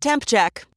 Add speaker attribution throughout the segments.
Speaker 1: Temp check.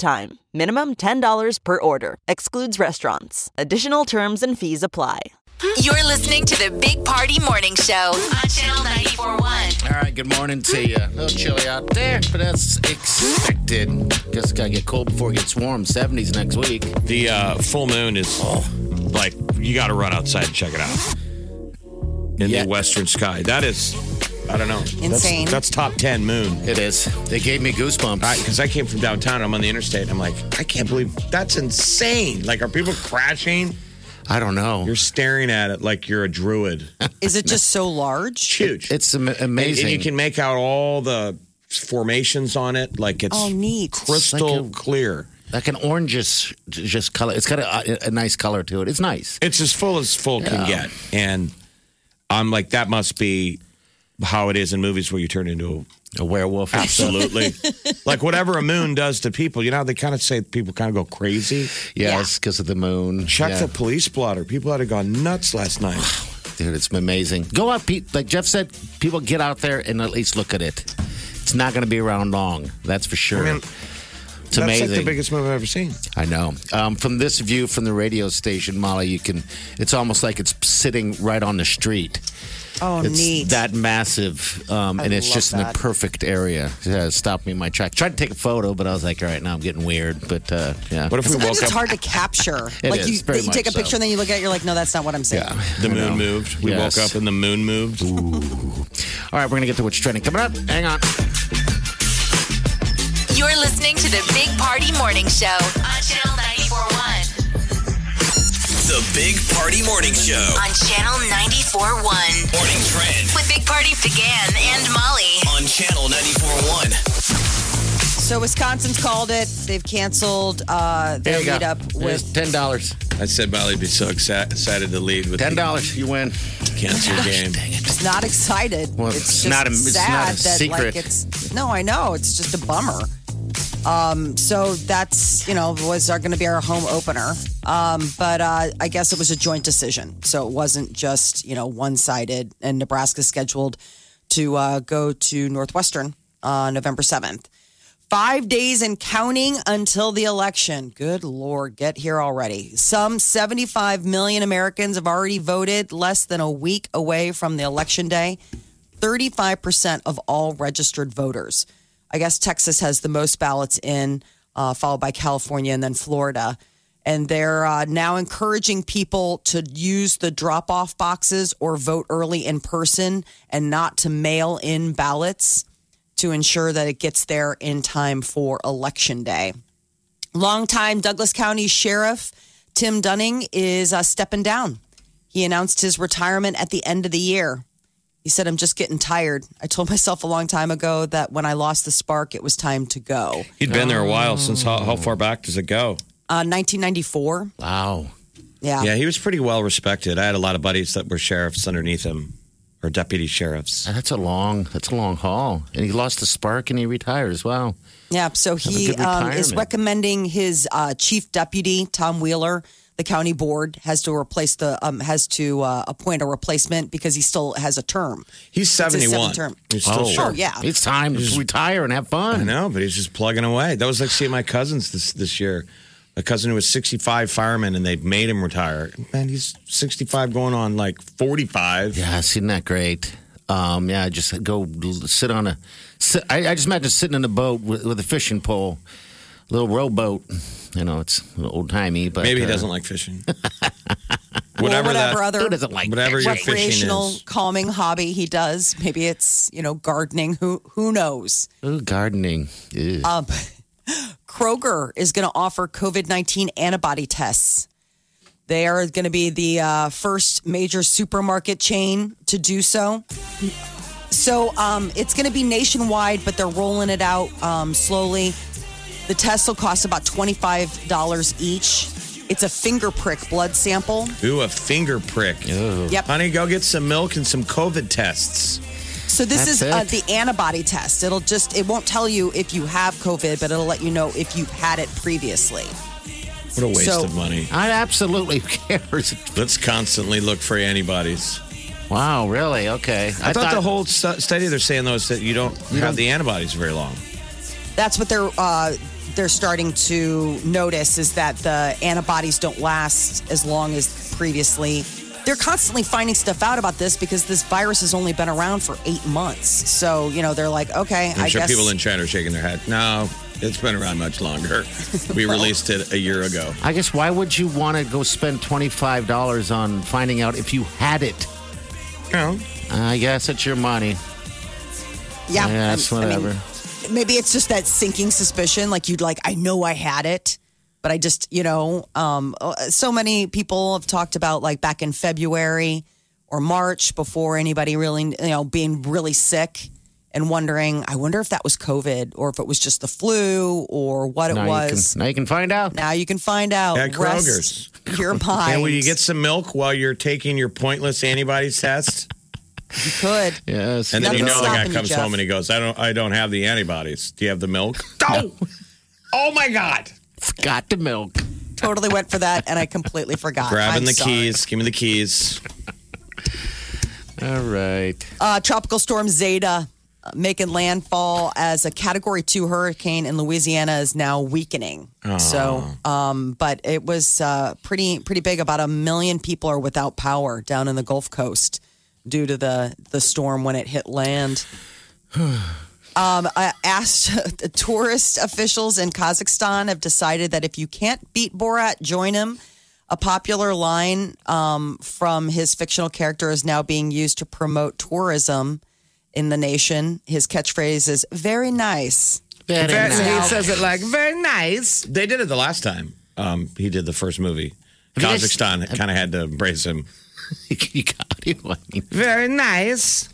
Speaker 1: time. Minimum $10 per order. Excludes restaurants. Additional terms and fees apply.
Speaker 2: You're listening to the Big Party Morning Show on Channel 94.1.
Speaker 3: All right, good morning to you. A little chilly out there, but that's expected. Just gotta get cold before it gets warm. 70s next week.
Speaker 4: The uh, full moon is like you got to run outside and check it out in
Speaker 3: Yeah.
Speaker 4: the western sky. That is, I don't know,
Speaker 5: Insane.
Speaker 4: That's, that's top ten moon.
Speaker 3: It is. They gave me goosebumps.
Speaker 4: Because I came from downtown, I'm on the interstate, and I'm like, I can't believe that's insane. Like, are people crashing?
Speaker 3: I don't know.
Speaker 4: You're staring at it like you're a druid.
Speaker 5: Is it just so large?
Speaker 4: It's huge.
Speaker 3: It's am-
Speaker 4: and,
Speaker 3: amazing.
Speaker 4: and you can make out all the formations on it. Like it's
Speaker 5: Oh, neat.
Speaker 4: crystal
Speaker 3: It's like a-
Speaker 4: clear.
Speaker 3: like an orangish just color. It's got a, a nice color to it. It's nice.
Speaker 4: It's as full as full can get. And I'm like, that must be how it is in movies where you turn into
Speaker 3: A werewolf.
Speaker 4: a absolutely like whatever a moon does to people. You know, how they kind of say people kind of go crazy.
Speaker 3: Yes, because of the moon.
Speaker 4: Check
Speaker 3: Yeah.
Speaker 4: the police blotter. People had gone nuts last night.
Speaker 3: Dude, it's amazing. Go out, Pete. Like Jeff said, people get out there and at least look at it. It's not going to be around long. That's for sure.
Speaker 4: I mean,
Speaker 3: it's
Speaker 4: That's
Speaker 3: amazing.
Speaker 4: like the biggest move I've ever seen.
Speaker 3: I know. Um, from this view from the radio station, Molly, you can. It's almost like it's sitting right on the street.
Speaker 5: Oh,
Speaker 3: It's
Speaker 5: neat.
Speaker 3: that massive, um, and it's
Speaker 5: love
Speaker 3: just in the
Speaker 5: that.
Speaker 3: perfect area. Yeah, it stopped me in my track. Tried to take a photo, but I was like, all right, now I'm getting weird. But uh, yeah,
Speaker 4: What if we
Speaker 5: Sometimes
Speaker 4: woke
Speaker 5: it's
Speaker 4: up?
Speaker 5: hard to capture.
Speaker 3: It
Speaker 5: like
Speaker 3: is,
Speaker 5: you,
Speaker 3: very
Speaker 5: you take a
Speaker 3: much
Speaker 5: picture
Speaker 3: so.
Speaker 5: and then you look at it, you're like, no, that's not what I'm saying.
Speaker 4: The moon moved. We
Speaker 3: Yes.
Speaker 4: woke up and the moon moved.
Speaker 3: all right, we're gonna get to what's trending coming up. Hang on.
Speaker 2: You're listening to the Big Party Morning Show on Channel 94.1.
Speaker 6: The Big Party Morning Show.
Speaker 2: On Channel 94.1
Speaker 6: Morning Trend
Speaker 2: with Big Party began and Molly.
Speaker 6: on Channel 94.1.
Speaker 5: So Wisconsin's called it. They've canceled uh, their
Speaker 3: There you go.
Speaker 5: meetup
Speaker 3: There's
Speaker 5: with.
Speaker 3: ten dollars.
Speaker 4: I said Molly'd be so exci- excited to lead with
Speaker 3: Ten
Speaker 4: the
Speaker 3: dollars. You win.
Speaker 4: cancer game.
Speaker 5: It's not excited.
Speaker 3: Well,
Speaker 5: it's
Speaker 3: it's
Speaker 5: just
Speaker 3: not a- it's
Speaker 5: sad
Speaker 3: not a
Speaker 5: that
Speaker 3: secret.
Speaker 5: like it's. No, I know. It's just a bummer. Um, so that's you know was are going to be our home opener, um, but uh, I guess it was a joint decision. So it wasn't just you know one sided. And Nebraska scheduled to uh, go to Northwestern on November seventh. Five days and counting until the election. Good Lord, get here already. Some 75 million Americans have already voted less than a week away from the election day. 35% of all registered voters. I guess Texas has the most ballots in, uh, followed by California and then Florida. And they're uh, now encouraging people to use the drop off boxes or vote early in person and not to mail in ballots to ensure that it gets there in time for election day. Longtime Douglas County Sheriff Tim Dunning is uh, stepping down. He announced his retirement at the end of the year. He said, I'm just getting tired. I told myself a long time ago that when I lost the spark, it was time to go.
Speaker 4: He'd been there a while since how,
Speaker 3: Oh.
Speaker 4: how far back does it go?
Speaker 5: Uh, 1994.
Speaker 3: Wow.
Speaker 5: Yeah.
Speaker 4: Yeah, he was pretty well respected. I had a lot of buddies that were sheriffs underneath him or deputy sheriffs.
Speaker 3: That's a long. That's a long haul. And he lost the spark, and he retires. Wow.
Speaker 5: Yeah, so he
Speaker 3: good
Speaker 5: um, is
Speaker 3: retirement.
Speaker 5: recommending his uh, chief deputy Tom Wheeler. The county board has to replace the um, has to uh, appoint a replacement because he still has a term.
Speaker 4: He's
Speaker 5: It's his
Speaker 4: 71.
Speaker 5: seventh term.
Speaker 4: He's still
Speaker 3: Oh.
Speaker 4: sheriff.
Speaker 5: Oh, yeah.
Speaker 3: It's time to retire and have
Speaker 4: I
Speaker 3: fun.
Speaker 4: know, but he's just plugging away. That was like seeing my cousins this this year. My cousin who was 65 fireman and they made him retire. Man, he's 65 going on like 45.
Speaker 3: Yeah, isn't that great? Um, yeah, just go l- sit on a. Sit, I, I just imagine sitting in a boat with, with a fishing pole, little rowboat. You know, it's old timey, but
Speaker 4: Maybe he
Speaker 3: uh,
Speaker 4: doesn't like fishing.
Speaker 5: Or
Speaker 4: whatever
Speaker 5: whatever
Speaker 4: that-
Speaker 5: other
Speaker 3: Who doesn't like
Speaker 4: Whatever
Speaker 3: that?
Speaker 4: your fishing
Speaker 5: recreational
Speaker 4: is.
Speaker 5: calming hobby he does. Maybe it's you know gardening. Who who knows?
Speaker 3: Ooh, gardening. Ew.
Speaker 5: Um, Kroger is going to offer COVID 19 antibody tests. They are going to be the uh, first major supermarket chain to do so. So um, it's going to be nationwide, but they're rolling it out um, slowly. The test will cost about $25 each. It's a finger prick blood sample.
Speaker 4: Ooh, a finger prick.
Speaker 5: Yep.
Speaker 4: Honey, go get some milk and some COVID tests.
Speaker 5: So this is
Speaker 3: That's
Speaker 5: uh,
Speaker 3: it.
Speaker 5: the antibody test. It'll just it won't tell you if you have COVID, but it'll let you know if you've had it previously.
Speaker 4: What a waste
Speaker 5: So-
Speaker 4: of money.
Speaker 3: I absolutely cares.
Speaker 4: Let's constantly look for antibodies.
Speaker 3: Wow, really? Okay.
Speaker 4: I, thought, the whole stu- study they're saying though is that you don't have the antibodies very long.
Speaker 5: That's what they're uh, they're starting to notice is that the antibodies don't last as long as previously. They're constantly finding stuff out about this because this virus has only been around for eight months. So you know they're like, okay,
Speaker 4: I'm
Speaker 5: Eh, I
Speaker 4: sure
Speaker 5: guess
Speaker 4: people in China are shaking their head. No, it's been around much longer. We released it a year ago.
Speaker 3: I guess why would you want to go spend twenty five dollars on finding out if you had it?
Speaker 4: No.
Speaker 3: I guess it's your money.
Speaker 5: yeah,
Speaker 3: Yeah, it's
Speaker 5: I mean,
Speaker 3: whatever.
Speaker 5: maybe it's just that sinking suspicion like you'd like i know i had it but i just you know um, uh, so many people have talked about like back in february or march before anybody really you know being really sick and wondering i wonder if that was covid or if it was just the flu or what it
Speaker 3: now
Speaker 5: was
Speaker 3: you can now you can find out.
Speaker 5: now you can find out
Speaker 4: At Kroger's.
Speaker 5: Rest your mind
Speaker 4: And will you get some milk while you're taking your pointless antibody test?
Speaker 5: you could
Speaker 3: Yes.
Speaker 4: And then you
Speaker 5: Nothing's
Speaker 4: know the guy
Speaker 5: stopping you,
Speaker 4: comes
Speaker 5: Jeff.
Speaker 4: home and he goes, I don't I don't have the antibodies. Do you have the milk? No. oh my God.
Speaker 3: got the milk.
Speaker 5: totally went for that and i completely forgot
Speaker 4: Grabbing
Speaker 5: I'm
Speaker 4: the
Speaker 5: sorry.
Speaker 4: keys. Give me the keys.
Speaker 3: All right.
Speaker 5: Uh, tropical storm Zeta uh, making landfall as a Category Two hurricane in Louisiana is now weakening. So, um, but it was uh, pretty pretty big. About a million people are without power down in the Gulf Coast due to the the storm when it hit land. Um, I asked the tourist officials in Kazakhstan have decided that if you can't beat Borat, join him. A popular line um, from his fictional character is now being used to promote tourism in the nation. His catchphrase is "very nice."
Speaker 3: Very nice.
Speaker 4: He says it like very nice. They did it the last time. Um, he did the first movie.
Speaker 3: Have you guys-
Speaker 4: Kazakhstan kind of had to embrace him.
Speaker 3: you got it. I mean,
Speaker 4: Very nice.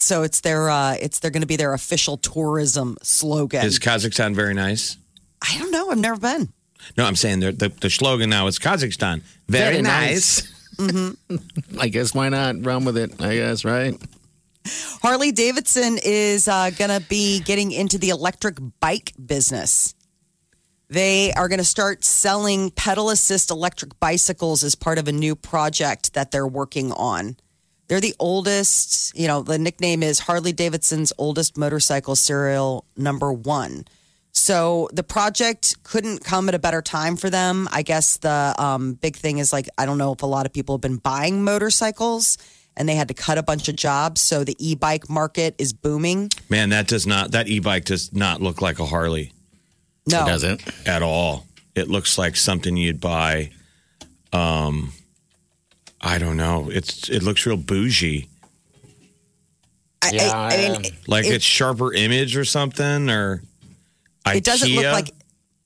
Speaker 5: So it's their uh, it's they're going to be their official tourism slogan.
Speaker 4: Is Kazakhstan very nice?
Speaker 5: I don't know. I've never been.
Speaker 4: No, I'm saying the, the, the slogan now is Kazakhstan. Very,
Speaker 3: Very
Speaker 4: nice.
Speaker 3: nice.
Speaker 5: Mm-hmm.
Speaker 3: I guess why not run with it? I guess right.
Speaker 5: Harley Davidson is uh, going to be getting into the electric bike business. They are going to start selling pedal assist electric bicycles as part of a new project that they're working on. They're the oldest, you know, the nickname is Harley Davidson's oldest motorcycle serial number one. So the project couldn't come at a better time for them. I guess the um, big thing is like, I don't know if a lot of people have been buying motorcycles and they had to cut a bunch of jobs. So the e bike market is booming.
Speaker 4: Man, that does not that e-bike does not look like a Harley
Speaker 5: No.
Speaker 3: Does it?
Speaker 4: at all. It looks like something you'd buy. Um, I don't know. It's it looks real bougie,
Speaker 5: I, I-
Speaker 3: Yeah,
Speaker 5: I mean,
Speaker 3: I-
Speaker 4: like
Speaker 5: It-
Speaker 4: it's sharper image or something, or
Speaker 5: it doesn't look
Speaker 4: IKEA.
Speaker 5: like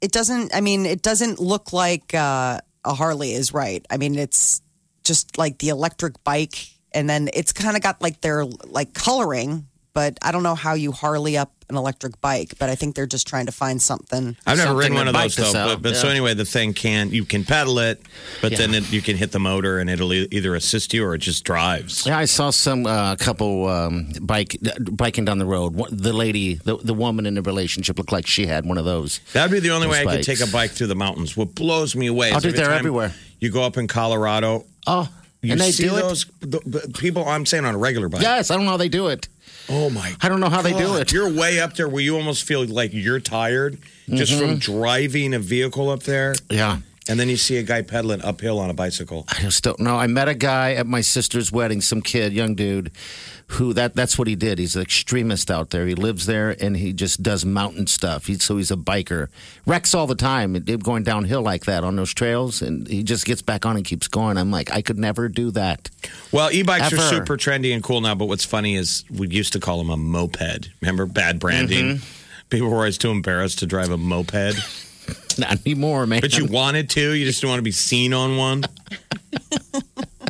Speaker 5: it doesn't i mean it doesn't look like uh, a harley is right i mean it's just like the electric bike and then it's kind of got like their like coloring but i don't know how you harley up an electric bike but i think they're just trying to find something
Speaker 4: I've never ridden one
Speaker 3: something to
Speaker 4: of those
Speaker 3: bike
Speaker 4: though.
Speaker 3: to sell,
Speaker 4: But, but so
Speaker 3: yeah.
Speaker 4: anyway, the thing can you can pedal it, but then it, you can hit the motor and it'll e- either assist you or it just drives.
Speaker 3: Yeah, I saw some uh, couple um, bike biking down the road. One- The lady, the, the woman in the relationship, looked like she had one of those.
Speaker 4: That'd be the only
Speaker 3: Those
Speaker 4: way I could
Speaker 3: bikes.
Speaker 4: take a bike through the mountains. What blows me away.
Speaker 3: Oh,
Speaker 4: is
Speaker 3: dude,
Speaker 4: every
Speaker 3: they're
Speaker 4: time
Speaker 3: everywhere.
Speaker 4: You go up in Colorado.
Speaker 3: Oh,
Speaker 4: You
Speaker 3: and they
Speaker 4: see
Speaker 3: do it.
Speaker 4: those the, the people. I'm saying on a regular bike.
Speaker 3: Yes, I don't know how they do it.
Speaker 4: Oh my!
Speaker 3: I don't know how they do
Speaker 4: God.
Speaker 3: it.
Speaker 4: You're way up there where you almost feel like you're tired just from
Speaker 3: Mm-hmm.
Speaker 4: driving a vehicle up there,
Speaker 3: Yeah,
Speaker 4: and then you see a guy pedaling uphill on a bicycle.
Speaker 3: I just don't know. I met a guy at my sister's wedding, some kid, young dude, who that that's what he did. He's an extremist out there. He lives there and he just does mountain stuff. He, so he's a biker. Wrecks all the time, It- it going downhill like that on those trails, and he just gets back on and keeps going. I'm like, I could never do that.
Speaker 4: Well, e-bikes are
Speaker 3: Ever.
Speaker 4: super trendy and cool now, but what's funny is we used to call them a moped. Remember bad branding?
Speaker 3: Mm-hmm.
Speaker 4: People were always too embarrassed to drive a moped,
Speaker 3: Not anymore, man.
Speaker 4: but you wanted to. You just didn't want to be seen on one.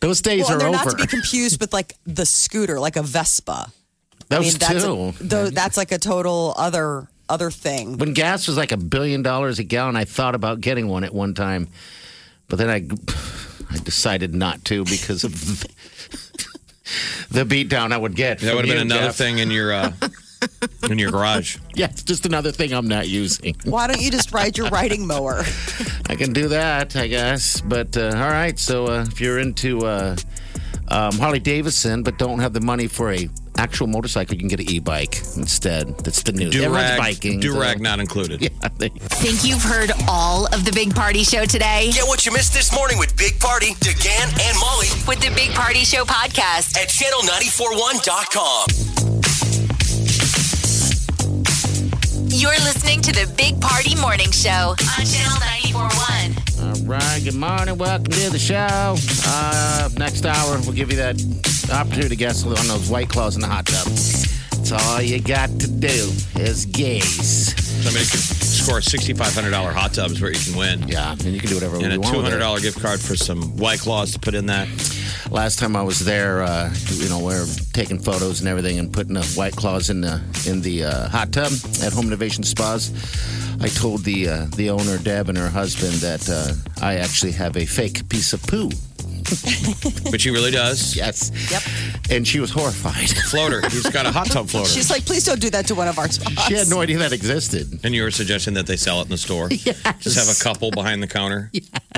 Speaker 3: those days
Speaker 5: well, and
Speaker 3: are
Speaker 5: they're
Speaker 3: over.
Speaker 5: not to be confused with like the scooter like a vespa
Speaker 3: those
Speaker 5: that's,
Speaker 3: two.
Speaker 5: A, tho- that's like a total other other thing.
Speaker 3: When gas was like a billion dollars a gallon, I thought about getting one at one time, but then I, I decided not to because of the beatdown I would get.
Speaker 4: That
Speaker 3: from
Speaker 4: would have
Speaker 3: you,
Speaker 4: been another
Speaker 3: Jeff.
Speaker 4: thing in your uh, in your garage.
Speaker 3: Yeah, it's just another thing I'm not using.
Speaker 5: Why don't you just ride your riding mower?
Speaker 3: I can do that, I guess. But uh, all right, so uh, if you're into uh, um, Harley Davidson but don't have the money for a actual motorcycle, you can get an e-bike instead. That's the new. Everyone's biking. so-
Speaker 4: Durag not included.
Speaker 3: Yeah, they-
Speaker 2: Think you've heard all of the Big Party Show today?
Speaker 6: Get what you missed this morning with Big Party, DeGan, and Molly
Speaker 2: With the Big Party Show podcast.
Speaker 6: at channel941.com.
Speaker 2: You're listening to the Big Party Morning Show on Channel 941.
Speaker 3: All right, good morning. Welcome to the show. Uh, next hour, we'll give you that opportunity to guess on those white claws in the hot tub. That's all you got to do is gaze.
Speaker 4: Somebody could score a sixty-five hundred dollar hot tub is where you can win,
Speaker 3: Yeah, and you can do whatever
Speaker 4: and
Speaker 3: you
Speaker 4: a
Speaker 3: want.
Speaker 4: two
Speaker 3: with
Speaker 4: hundred
Speaker 3: it.
Speaker 4: dollar gift card for some white claws to put in that.
Speaker 3: last time I was there, uh, you know, we are taking photos and everything and putting the white claws in the in the uh, hot tub at Home Innovation Spas. I told the uh, the owner Deb and her husband that uh, I actually have a fake piece of poo.
Speaker 4: Which he really does.
Speaker 3: Yes. Yep. And she was horrified.
Speaker 4: Floater. He's got a hot tub floater.
Speaker 5: She's like, please don't do that to one of our spots.
Speaker 3: she had no idea that existed.
Speaker 4: and you were suggesting that they sell it in the store. Just have a couple behind the counter.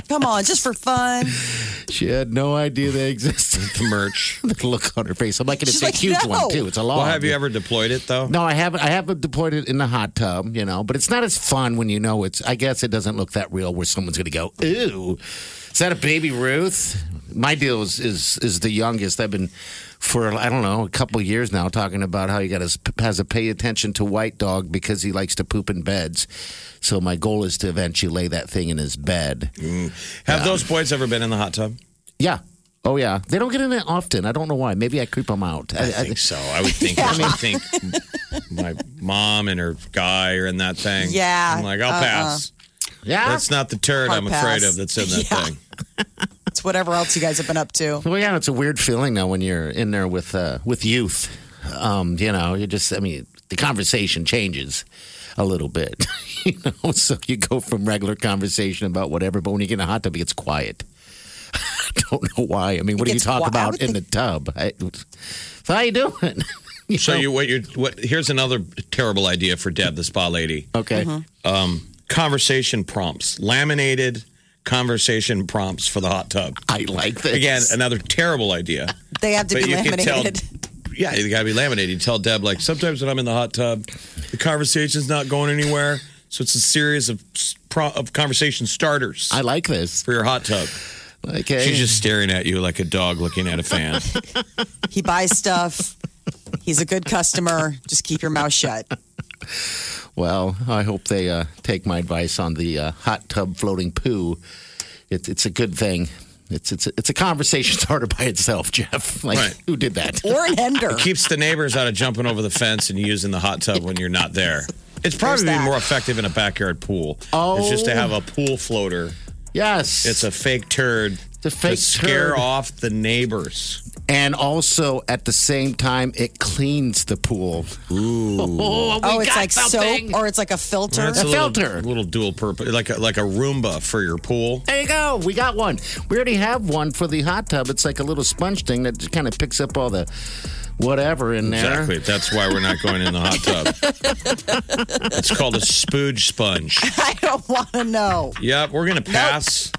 Speaker 5: Come on, just for fun.
Speaker 3: She had no idea they existed.
Speaker 4: The merch.
Speaker 3: the look on her face. I'm like, and it's
Speaker 5: She's
Speaker 3: a
Speaker 5: like,
Speaker 3: huge
Speaker 5: "No."
Speaker 3: one too. It's a long.
Speaker 4: Well, have you ever deployed it though?
Speaker 3: No, I haven't. I haven't deployed it in the hot tub, you know. But it's not as fun when you know it's. I guess it doesn't look that real, where someone's going to go, "Ooh, is that a baby Ruth?" My deal is is is the youngest. I've been for I don't know a couple years now talking about how he got his, has to pay attention to white dog because he likes to poop in beds. So my goal is to eventually lay that thing in his bed.
Speaker 4: Mm. Have those boys ever been in the hot tub?
Speaker 3: Yeah. Oh yeah. They don't get in it often. I don't know why. Maybe I creep them out. I,
Speaker 4: I think so. I would think. I would think my mom and her guy are in that thing.
Speaker 5: Yeah.
Speaker 4: I'm like, I'll
Speaker 5: Uh-uh.
Speaker 4: pass.
Speaker 3: yeah.
Speaker 4: That's not the turd
Speaker 5: Hard
Speaker 4: I'm
Speaker 5: pass.
Speaker 4: afraid of that's in that
Speaker 5: Yeah.
Speaker 4: thing.
Speaker 5: It's whatever else you guys have been up to.
Speaker 3: Well, yeah, it's a weird feeling now when you're in there with uh, with youth. Um, you know, you just, I mean, the conversation changes a little bit. you know, so you go from regular conversation about whatever, but when you get in a hot tub, it gets quiet. I don't know why. I mean, what do you
Speaker 5: gets
Speaker 3: talk
Speaker 5: wi- I
Speaker 3: about
Speaker 5: would
Speaker 3: in the tub? I, so how you doing? You
Speaker 4: So
Speaker 3: know?
Speaker 4: you what you what? Here's another terrible idea for Deb, the spa lady. Um,
Speaker 3: okay?
Speaker 4: Conversation prompts, laminated conversation prompts for the hot tub.
Speaker 3: I like this
Speaker 4: Again, another terrible idea.
Speaker 5: They have to
Speaker 4: But
Speaker 5: be
Speaker 4: you can tell.
Speaker 5: laminated.
Speaker 4: Yeah, you gotta be laminated. You tell Deb like sometimes when I'm in the hot tub, the conversation's not going anywhere. So it's a series of s- pro- of conversation starters
Speaker 3: I like this.
Speaker 4: for your hot tub.
Speaker 3: Okay,
Speaker 4: She's just staring at you like a dog looking at a fan.
Speaker 5: He buys stuff. He's a good customer. Just keep your mouth shut.
Speaker 3: Well, I hope they uh, take my advice on the uh, hot tub floating poo. It's it's a good thing. It's it's it's a conversation starter by itself, Jeff. Like
Speaker 4: Right.
Speaker 3: who did that?
Speaker 5: Or an ender.
Speaker 4: Keeps the neighbors out of jumping over the fence and using the hot tub when you're not there. It's probably
Speaker 5: There's that.
Speaker 4: more effective in a backyard pool. It's just to have a pool floater.
Speaker 3: Oh. Yes,
Speaker 4: It's a fake turd
Speaker 3: The fake
Speaker 4: to scare
Speaker 3: turd.
Speaker 4: off the neighbors.
Speaker 3: and also at the same time it cleans the pool. Ooh,
Speaker 5: oh, it's like soap or it's like a filter.
Speaker 4: That's
Speaker 3: A
Speaker 4: little,
Speaker 3: filter.
Speaker 4: little dual purpose, like a, like a Roomba for your pool.
Speaker 3: There you go. We got one. We already have one for the hot tub. It's like a little sponge thing that kind of picks up all the whatever in there.
Speaker 4: Exactly. That's why we're not going in the hot tub. it's called a spooge sponge.
Speaker 5: I don't want to know.
Speaker 4: Yep, we're gonna pass.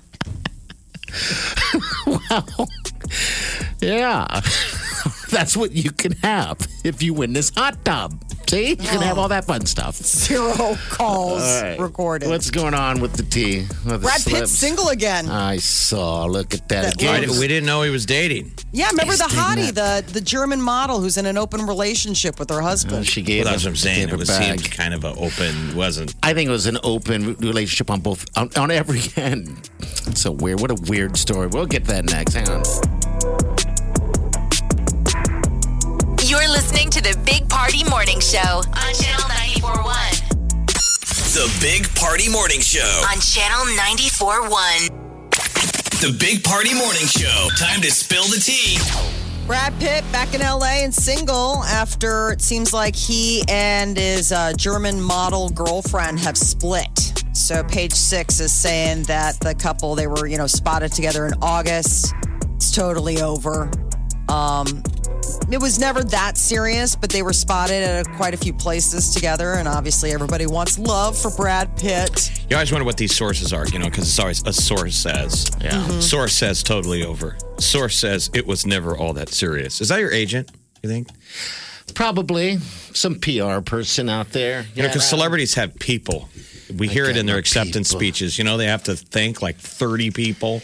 Speaker 3: Yeah. That's what you can have if you win this hot tub. See? You can
Speaker 5: Oh.
Speaker 3: have all that fun stuff.
Speaker 5: Zero calls
Speaker 4: Uh,
Speaker 3: All right.
Speaker 5: recorded.
Speaker 3: What's going on with the tea? With the
Speaker 5: Brad
Speaker 3: slips?
Speaker 5: Pitt's single again.
Speaker 3: I saw. Look at that.
Speaker 5: That
Speaker 3: again.
Speaker 4: I di- we didn't know he was dating.
Speaker 5: yeah, remember the
Speaker 3: Yes,
Speaker 5: hottie,
Speaker 3: didn't
Speaker 5: the, the German model who's in an open relationship with her husband.
Speaker 3: Oh, she gave
Speaker 4: Well, that's
Speaker 3: him-
Speaker 4: what I'm saying.
Speaker 3: gave her
Speaker 4: It was
Speaker 3: back.
Speaker 4: seemed kind of an open, wasn't.
Speaker 3: I think it was an open relationship on both on, on every end. It's so weird. What a weird story. We'll get that next. Hang on.
Speaker 2: You're listening to the Big Party Morning Show on Channel 941.
Speaker 6: The Big Party Morning Show.
Speaker 2: On Channel 941.
Speaker 6: The Big Party Morning Show. Time to spill the tea.
Speaker 5: Brad Pitt back in LA and single after it seems like he and his uh, German model girlfriend have split. So page six is saying that the couple they were you know spotted together in August. It's totally over. Um, it was never that serious, but they were spotted at a, quite a few places together, and obviously everybody wants love for Brad Pitt.
Speaker 4: You always wonder what these sources are, you know, because it's always a source says. Yeah. Source says totally over. Source says it was never all that serious. Is that your agent? You think?
Speaker 3: Probably some PR person out there.
Speaker 4: You know, because celebrities have people. We hear it
Speaker 3: got
Speaker 4: in their
Speaker 3: my
Speaker 4: acceptance
Speaker 3: people.
Speaker 4: speeches. You know, they have to thank like 30 people.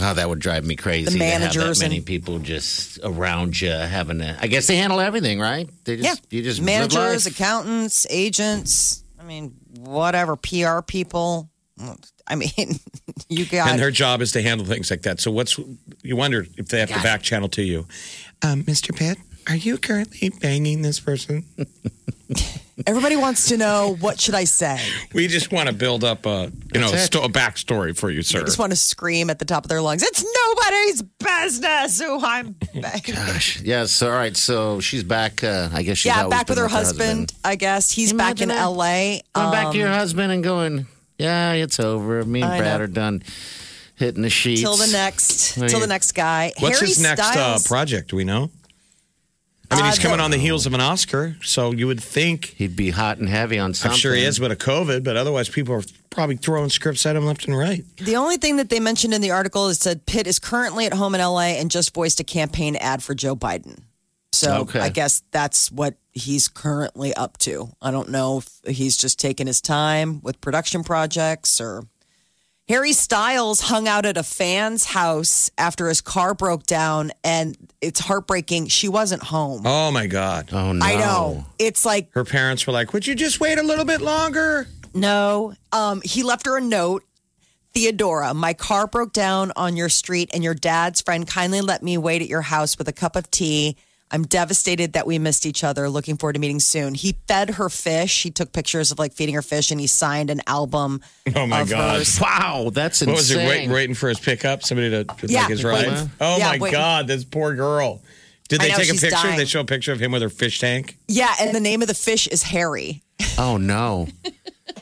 Speaker 3: Oh, that would drive me crazy.
Speaker 5: The
Speaker 3: to have
Speaker 5: managers
Speaker 3: that many
Speaker 5: and-
Speaker 3: people just around you having to. I guess they handle everything, right? They just you just live
Speaker 5: managers,
Speaker 3: life.
Speaker 5: accountants, agents. I mean, whatever PR people. I mean, you got
Speaker 4: And their job is to handle things like that. So what's you wonder if they have to back channel to you, um, Mr. Pitt? Are you currently banging this person?
Speaker 5: everybody wants to know what should I say.
Speaker 4: We just want to build up a you know
Speaker 3: That's it.
Speaker 4: sto- a backstory for you, sir.
Speaker 5: They just want to scream at the top of their lungs. It's nobody's business who I'm.
Speaker 3: Gosh, yes. All right. So she's back. Uh, I guess she's
Speaker 5: yeah,
Speaker 3: always
Speaker 5: back
Speaker 3: been
Speaker 5: with her husband, I guess. He's back in
Speaker 3: Imagine that.
Speaker 5: L.A.
Speaker 3: Going
Speaker 5: Um,
Speaker 3: back to your husband and going, yeah, it's over. Me and
Speaker 5: I
Speaker 3: Brad
Speaker 5: know.
Speaker 3: are done hitting the sheets. Oh,
Speaker 5: till the next,
Speaker 3: There
Speaker 5: till
Speaker 3: you-
Speaker 5: the next guy.
Speaker 4: What's
Speaker 5: Harry
Speaker 4: his next uh,
Speaker 5: Styles,
Speaker 4: project? Do we know? I mean,
Speaker 5: Uh,
Speaker 4: he's coming
Speaker 5: the-
Speaker 4: on the heels of an Oscar, so you would think
Speaker 3: He'd be hot and heavy on something.
Speaker 4: I'm sure he is, but a COVID. But otherwise, people are probably throwing scripts at him left and right.
Speaker 5: The only thing that they mentioned in the article is said Pitt is currently at home in LA and just voiced a campaign ad for Joe Biden. So
Speaker 3: Okay.
Speaker 5: I guess that's what he's currently up to. I don't know if he's just taking his time with production projects or. Harry Styles hung out at a fan's house after his car broke down, and it's heartbreaking. She wasn't home.
Speaker 4: Oh my God!
Speaker 3: Oh no!
Speaker 5: I know. It's like
Speaker 4: Her parents were like, "Would you just wait a little bit longer?"
Speaker 5: No. Um, he left her a note. Theodora, my car broke down on your street, and your dad's friend kindly let me wait at your house with a cup of tea. I'm devastated that we missed each other. Looking forward to meeting soon. He fed her fish. He took pictures of like feeding her fish, and he signed an album.
Speaker 4: Oh my
Speaker 5: of
Speaker 4: God!
Speaker 5: hers.
Speaker 3: Wow, that's insane.
Speaker 4: What was he waiting, waiting for his pickup? Somebody to
Speaker 5: Yeah.
Speaker 4: like his ride?
Speaker 5: Waiting.
Speaker 4: Oh
Speaker 5: Yeah,
Speaker 4: my
Speaker 5: waiting.
Speaker 4: God! This poor girl. Did they
Speaker 5: I know,
Speaker 4: take a
Speaker 5: she's
Speaker 4: picture?
Speaker 5: dying.
Speaker 4: They show a picture of him with her fish tank.
Speaker 5: Yeah, and the name of the fish is Harry.
Speaker 3: Oh no!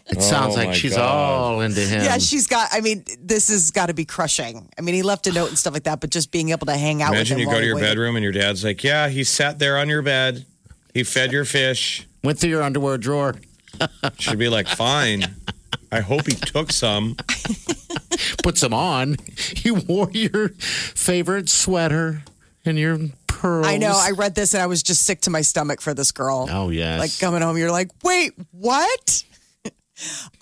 Speaker 3: It sounds like
Speaker 4: Oh, my
Speaker 3: she's
Speaker 4: God.
Speaker 3: all into him.
Speaker 5: yeah, she's got. I mean, this has got to be crushing. I mean, he left a note and stuff like that, but just being able to hang out.
Speaker 4: Imagine
Speaker 5: with him
Speaker 4: you go
Speaker 5: while
Speaker 4: to
Speaker 5: he
Speaker 4: your
Speaker 5: waited.
Speaker 4: bedroom and your dad's like, "Yeah, he sat there on your bed. He fed your fish."
Speaker 3: went through your underwear drawer.
Speaker 4: Should be like, "Fine." I hope he took some.
Speaker 3: puts them on. You wore your favorite sweater and your pearls.
Speaker 5: I know. I read this and I was just sick to my stomach for this girl.
Speaker 3: Oh, yes.
Speaker 5: Like coming home, you're like, wait, what?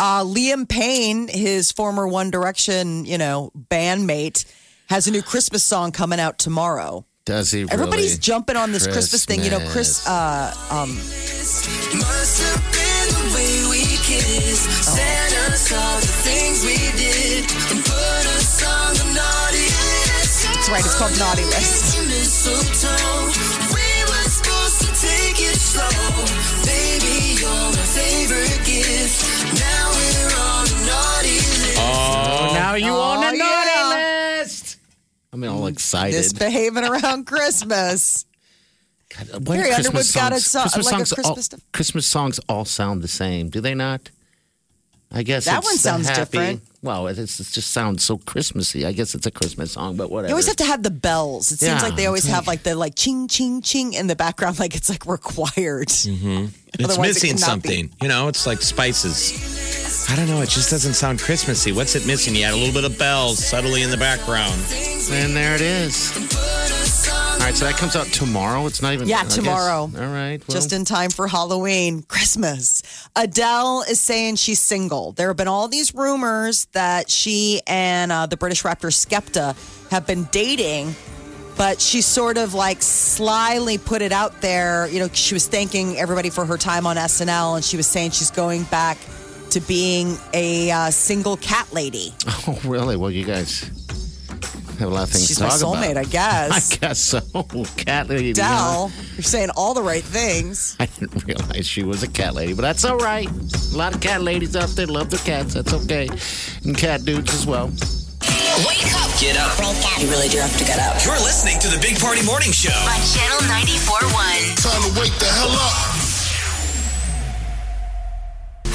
Speaker 5: Uh, Liam Payne, his former One Direction, you know, bandmate, has a new Christmas song coming out tomorrow.
Speaker 3: Does he?
Speaker 5: Everybody's
Speaker 3: really?
Speaker 5: jumping on this Christmas, thing. You know, Chris. Uh,
Speaker 6: Must have been the way we kissed. Sent us all the things we did and put us on the naughty list.
Speaker 5: that's right. It's called Naughty List.
Speaker 6: Mistletoe. We were supposed to take it slow. Baby, you're my favorite gift. Now we're on the naughty list.
Speaker 3: Oh, now you on the naughty
Speaker 5: Oh, yeah.
Speaker 3: list. I'm all excited.
Speaker 5: Misbehaving around Christmas.
Speaker 3: What
Speaker 5: Harry
Speaker 3: are
Speaker 5: Underwood's got a so-
Speaker 3: Christmas
Speaker 5: like a
Speaker 3: songs
Speaker 5: Christmas
Speaker 3: all,
Speaker 5: stuff.
Speaker 3: Christmas songs all sound the same, do they not? I guess
Speaker 5: That
Speaker 3: it's
Speaker 5: one
Speaker 3: the
Speaker 5: sounds
Speaker 3: happy-
Speaker 5: different.
Speaker 3: Well, it, it's, it just sounds so Christmassy. I guess it's a Christmas song, but whatever.
Speaker 5: You always have to have the bells. It seems
Speaker 3: Yeah,
Speaker 5: like they always
Speaker 3: it's like-
Speaker 5: have like the like ching ching ching in the background, like it's like required.
Speaker 3: Mm-hmm.
Speaker 4: It's
Speaker 5: Otherwise, it
Speaker 4: missing
Speaker 5: cannot be.
Speaker 4: something. You know, it's like spices. I don't know. It just doesn't sound Christmassy. What's it missing? You add a little bit of bells subtly in the background.
Speaker 3: and there it is. All right, so that comes out tomorrow. It's not even.
Speaker 5: Yeah,
Speaker 3: I guess-
Speaker 5: tomorrow.
Speaker 3: all right. Well,
Speaker 5: just in time for Halloween, Christmas. Adele is saying she's single. There have been all these rumors that she and uh, the British rapper Skepta have been dating, but she sort of like slyly put it out there. You know, she was thanking everybody for her time on SNL, and she was saying she's going back to being a uh, single cat lady.
Speaker 3: Oh, really? Well, you guys have a lot of things
Speaker 5: she's
Speaker 3: to
Speaker 5: my
Speaker 3: talk
Speaker 5: soulmate,
Speaker 3: about.
Speaker 5: I guess.
Speaker 3: I guess so. Cat lady. huh?
Speaker 5: Adele, you're saying all the right things.
Speaker 3: I didn't realize she was a cat lady, but that's all right. A lot of cat ladies out there love their cats. That's okay. And cat dudes as well.
Speaker 2: Wake up
Speaker 6: Get up.
Speaker 5: You really do have to get up.
Speaker 6: You're listening to the Big Party Morning Show.
Speaker 2: on Channel 94.1.
Speaker 7: Time to wake the hell up.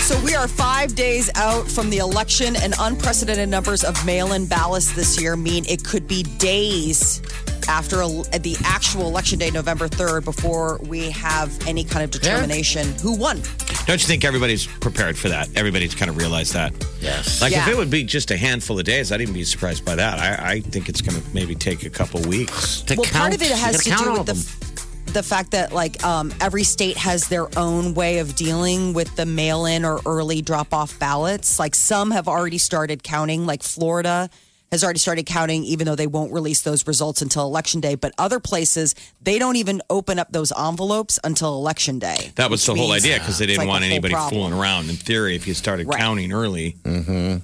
Speaker 5: So we are five days out from the election, and unprecedented numbers of mail-in ballots this year mean it could be days after el- the actual election day, November third, before we have any kind of determination who won.
Speaker 4: Don't you think everybody's prepared for that? Everybody's kind of realized that.
Speaker 3: Yes.
Speaker 4: Like if
Speaker 5: Yeah.
Speaker 4: it would be just a handful of days, I'd even be surprised by that. I, I think it's going to maybe take a couple weeks.
Speaker 3: To
Speaker 5: well, part
Speaker 3: count.
Speaker 5: of it
Speaker 3: You
Speaker 5: has
Speaker 3: gotta
Speaker 5: to
Speaker 3: count
Speaker 5: do
Speaker 3: all
Speaker 5: with the
Speaker 3: of
Speaker 5: f- the fact that like um, every state has their own way of dealing with the mail-in or early drop-off ballots. Like some have already started counting, like Florida has already started counting, even though they won't release those results until election day. But other places, they don't even open up those envelopes until election day.
Speaker 4: That was the
Speaker 5: which
Speaker 4: whole
Speaker 5: means
Speaker 4: idea because they
Speaker 5: it's
Speaker 4: didn't
Speaker 5: like
Speaker 4: want
Speaker 5: a whole
Speaker 4: anybody
Speaker 5: problem.
Speaker 4: fooling around. In theory, if you started
Speaker 5: Right.
Speaker 4: counting early,
Speaker 3: Mm-hmm.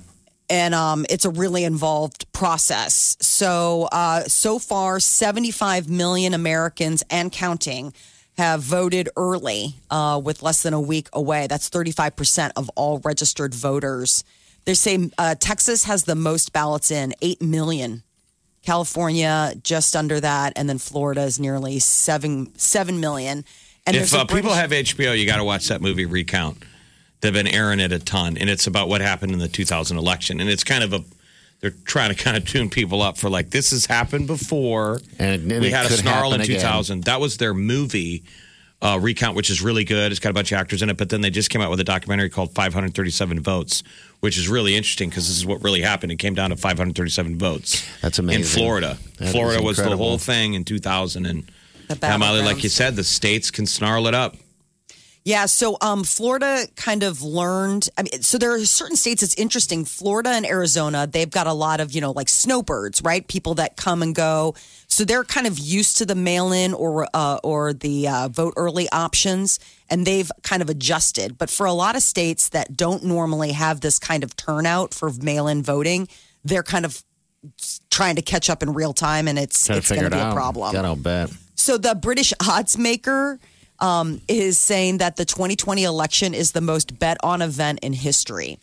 Speaker 5: and um, it's a really involved process. So, uh, so far, 75 million Americans and counting have voted early uh, with less than a week away. That's 35% of all registered voters. They say uh, Texas has the most ballots in, 8 million. California, just under that. And then Florida is nearly 7, 7 million. And
Speaker 4: if
Speaker 5: there's a
Speaker 4: uh, people
Speaker 5: British-
Speaker 4: have HBO, you got to watch that movie Recount. They've been airing it a ton, and it's about what happened in the 2000 election. And it's kind of a they're trying to kind of tune people up for like this has happened before.
Speaker 3: And it-
Speaker 4: we
Speaker 3: it
Speaker 4: had a
Speaker 3: could
Speaker 4: snarl in
Speaker 3: happen again.
Speaker 4: 2000. That was their movie uh, Recount, which is really good. It's got a bunch of actors in it. But then they just came out with a documentary called 537 Votes, which is really interesting because this is what really happened. It came down to 537 votes.
Speaker 3: That's
Speaker 4: In
Speaker 3: amazing.
Speaker 4: Florida,
Speaker 3: That is
Speaker 4: Florida was the
Speaker 3: incredible.
Speaker 4: whole thing in 2000 and.
Speaker 5: The
Speaker 4: Yeah, Molly, like you
Speaker 5: battlegrounds.
Speaker 4: said, the states can snarl it up.
Speaker 5: Yeah, so um, Florida kind of learned. I mean, so there are certain states. It's interesting. Florida and Arizona, they've got a lot of you know like snowbirds, right? People that come and go. So they're kind of used to the mail-in or uh, or the uh, vote early options, and they've kind of adjusted. But for a lot of states that don't normally have this kind of turnout for mail-in voting, they're kind of trying to catch up in real time, and it's
Speaker 3: Gotta
Speaker 5: it's
Speaker 3: figure
Speaker 5: going to
Speaker 3: it
Speaker 5: be
Speaker 3: out.
Speaker 5: a problem.
Speaker 3: God, I'll bet.
Speaker 5: So the British odds maker um, is saying that the 2020 election is the most bet on event in history.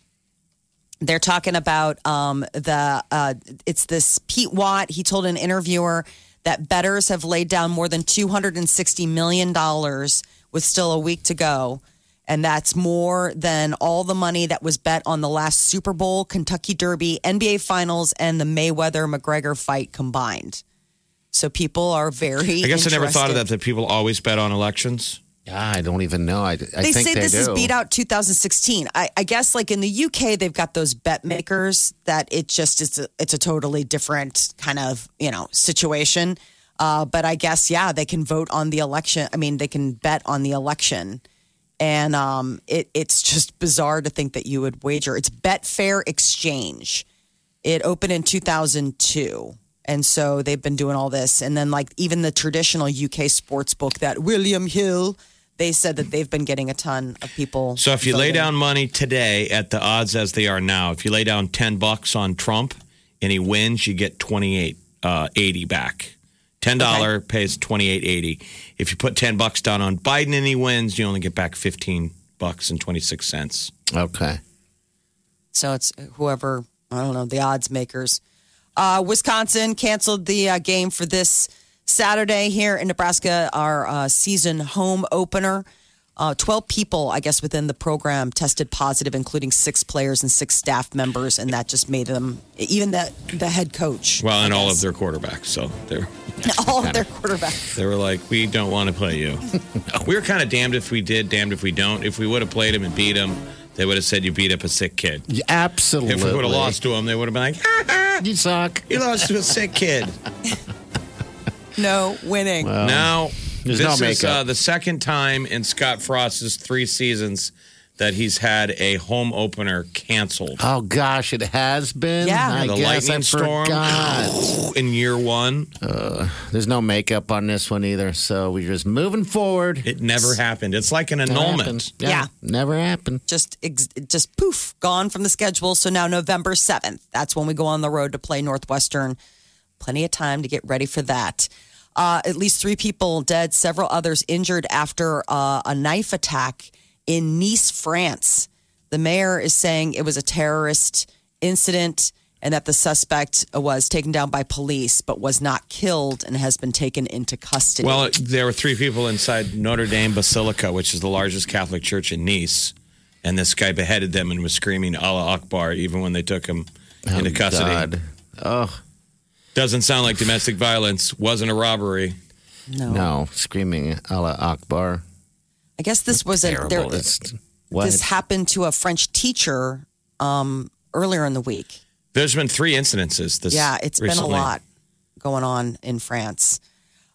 Speaker 5: They're talking about um, the uh, it's this Pete Watt. He told an interviewer that betters have laid down more than 260 million dollars with still a week to go. And that's more than all the money that was bet on the last Super Bowl, Kentucky Derby, NBA Finals, and the Mayweather McGregor fight combined. So people are very.
Speaker 4: I guess I never thought of
Speaker 5: interested.
Speaker 4: that, that people always bet on elections.
Speaker 3: Yeah, I don't even know. I, I
Speaker 5: they
Speaker 3: think
Speaker 5: say
Speaker 3: they
Speaker 5: this
Speaker 3: do.
Speaker 5: is beat out 2016. I, I guess like in the UK they've got those bet makers that it just it's a, it's a totally different kind of you know situation. Uh, but I guess yeah they can vote on the election. I mean they can bet on the election, and um, it it's just bizarre to think that you would wager. It's Betfair Exchange. It opened in 2002. And so they've been doing all this. And then, like, even the traditional UK sports book that William Hill, they said that they've been getting a ton of people.
Speaker 4: So if you lay
Speaker 5: voting.
Speaker 4: down money today at the odds as they are now, if you lay down 10 bucks on Trump and he wins, you get 28 uh, 80 back. $10 pays 28.80. If you put 10 bucks down on Biden and he wins, you only get back 15 bucks and 26 cents.
Speaker 3: Okay.
Speaker 5: So it's whoever, I don't know, the odds makers. Uh, Wisconsin canceled the uh, game for this Saturday here in Nebraska, our uh, season home opener. Uh, 12 people, I guess, within the program tested positive, including six players and six staff members. And that just made them, even the, the head coach.
Speaker 4: Well,
Speaker 5: I
Speaker 4: and all of
Speaker 5: guess.
Speaker 4: their quarterbacks. So they're
Speaker 5: all of their quarterbacks.
Speaker 4: They were like, we don't want to play you. We were kind of damned if we did, damned if we don't. If we would have played him and beat him, they would have said you beat up a sick kid.
Speaker 3: Yeah, Absolutely.
Speaker 4: If we would have lost to him, they would have been like, ah,
Speaker 3: you suck.
Speaker 4: you lost to a sick kid.
Speaker 5: No winning.
Speaker 4: now,
Speaker 3: there's
Speaker 4: this
Speaker 3: no
Speaker 4: is
Speaker 3: makeup.
Speaker 4: uh, the second time in Scott Frost's three seasons that he's had a home opener canceled.
Speaker 3: Oh gosh, it has been.
Speaker 5: Yeah.
Speaker 3: I
Speaker 4: the
Speaker 3: guess
Speaker 4: lightning
Speaker 3: I
Speaker 4: storm
Speaker 3: forgot. Uh,
Speaker 4: in year one,
Speaker 3: There's no makeup on this one either, so we're just moving forward.
Speaker 4: it never happened. It's like an
Speaker 3: Never
Speaker 4: annulment.
Speaker 3: happened. Yeah,
Speaker 5: Yeah.
Speaker 3: never happened.
Speaker 5: just ex- just poof gone from the schedule so now november 7th that's when we go on the road to play northwestern plenty of time to get ready for that uh, at least three people dead several others injured after uh, a knife attack in nice france the mayor is saying it was a terrorist incident and that the suspect was taken down by police but was not killed and has been taken into custody.
Speaker 4: Well, there were three people inside Notre Dame Basilica, which is the largest Catholic church in Nice, and this guy beheaded them and was screaming "Allah Akbar" even when they took him into custody.
Speaker 3: God. Oh,
Speaker 4: Doesn't sound like domestic violence. Wasn't a robbery.
Speaker 5: no.
Speaker 3: no. Screaming Allah Akbar.
Speaker 5: I guess this was a there,
Speaker 3: Terrible. It's, what?
Speaker 5: this happened to a French teacher um, earlier in the week.
Speaker 4: There's been three incidences. This
Speaker 5: Yeah, it's
Speaker 4: recently.
Speaker 5: been a lot going on in France.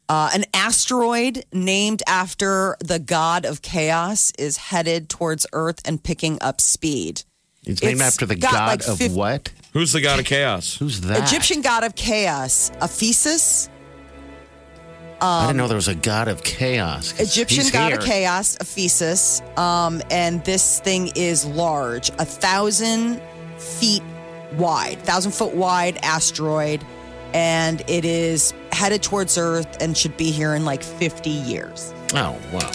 Speaker 5: Uh, an asteroid named after the god of chaos is headed towards Earth and picking up speed.
Speaker 3: it's named
Speaker 5: it's
Speaker 3: after the
Speaker 5: got
Speaker 3: god
Speaker 5: like
Speaker 3: of
Speaker 5: 50
Speaker 3: what?
Speaker 4: Who's the god of chaos?
Speaker 3: Who's that?
Speaker 5: Egyptian god of chaos, Aphesis.
Speaker 3: I didn't know there was a god of chaos.
Speaker 5: Um, Egyptian
Speaker 3: He's
Speaker 5: god of
Speaker 3: here.
Speaker 5: chaos, Aphesis. Um, and this thing is large, a thousand feet wide, thousand foot wide asteroid. And it is headed towards Earth and should be here in like 50 years.
Speaker 3: Oh wow.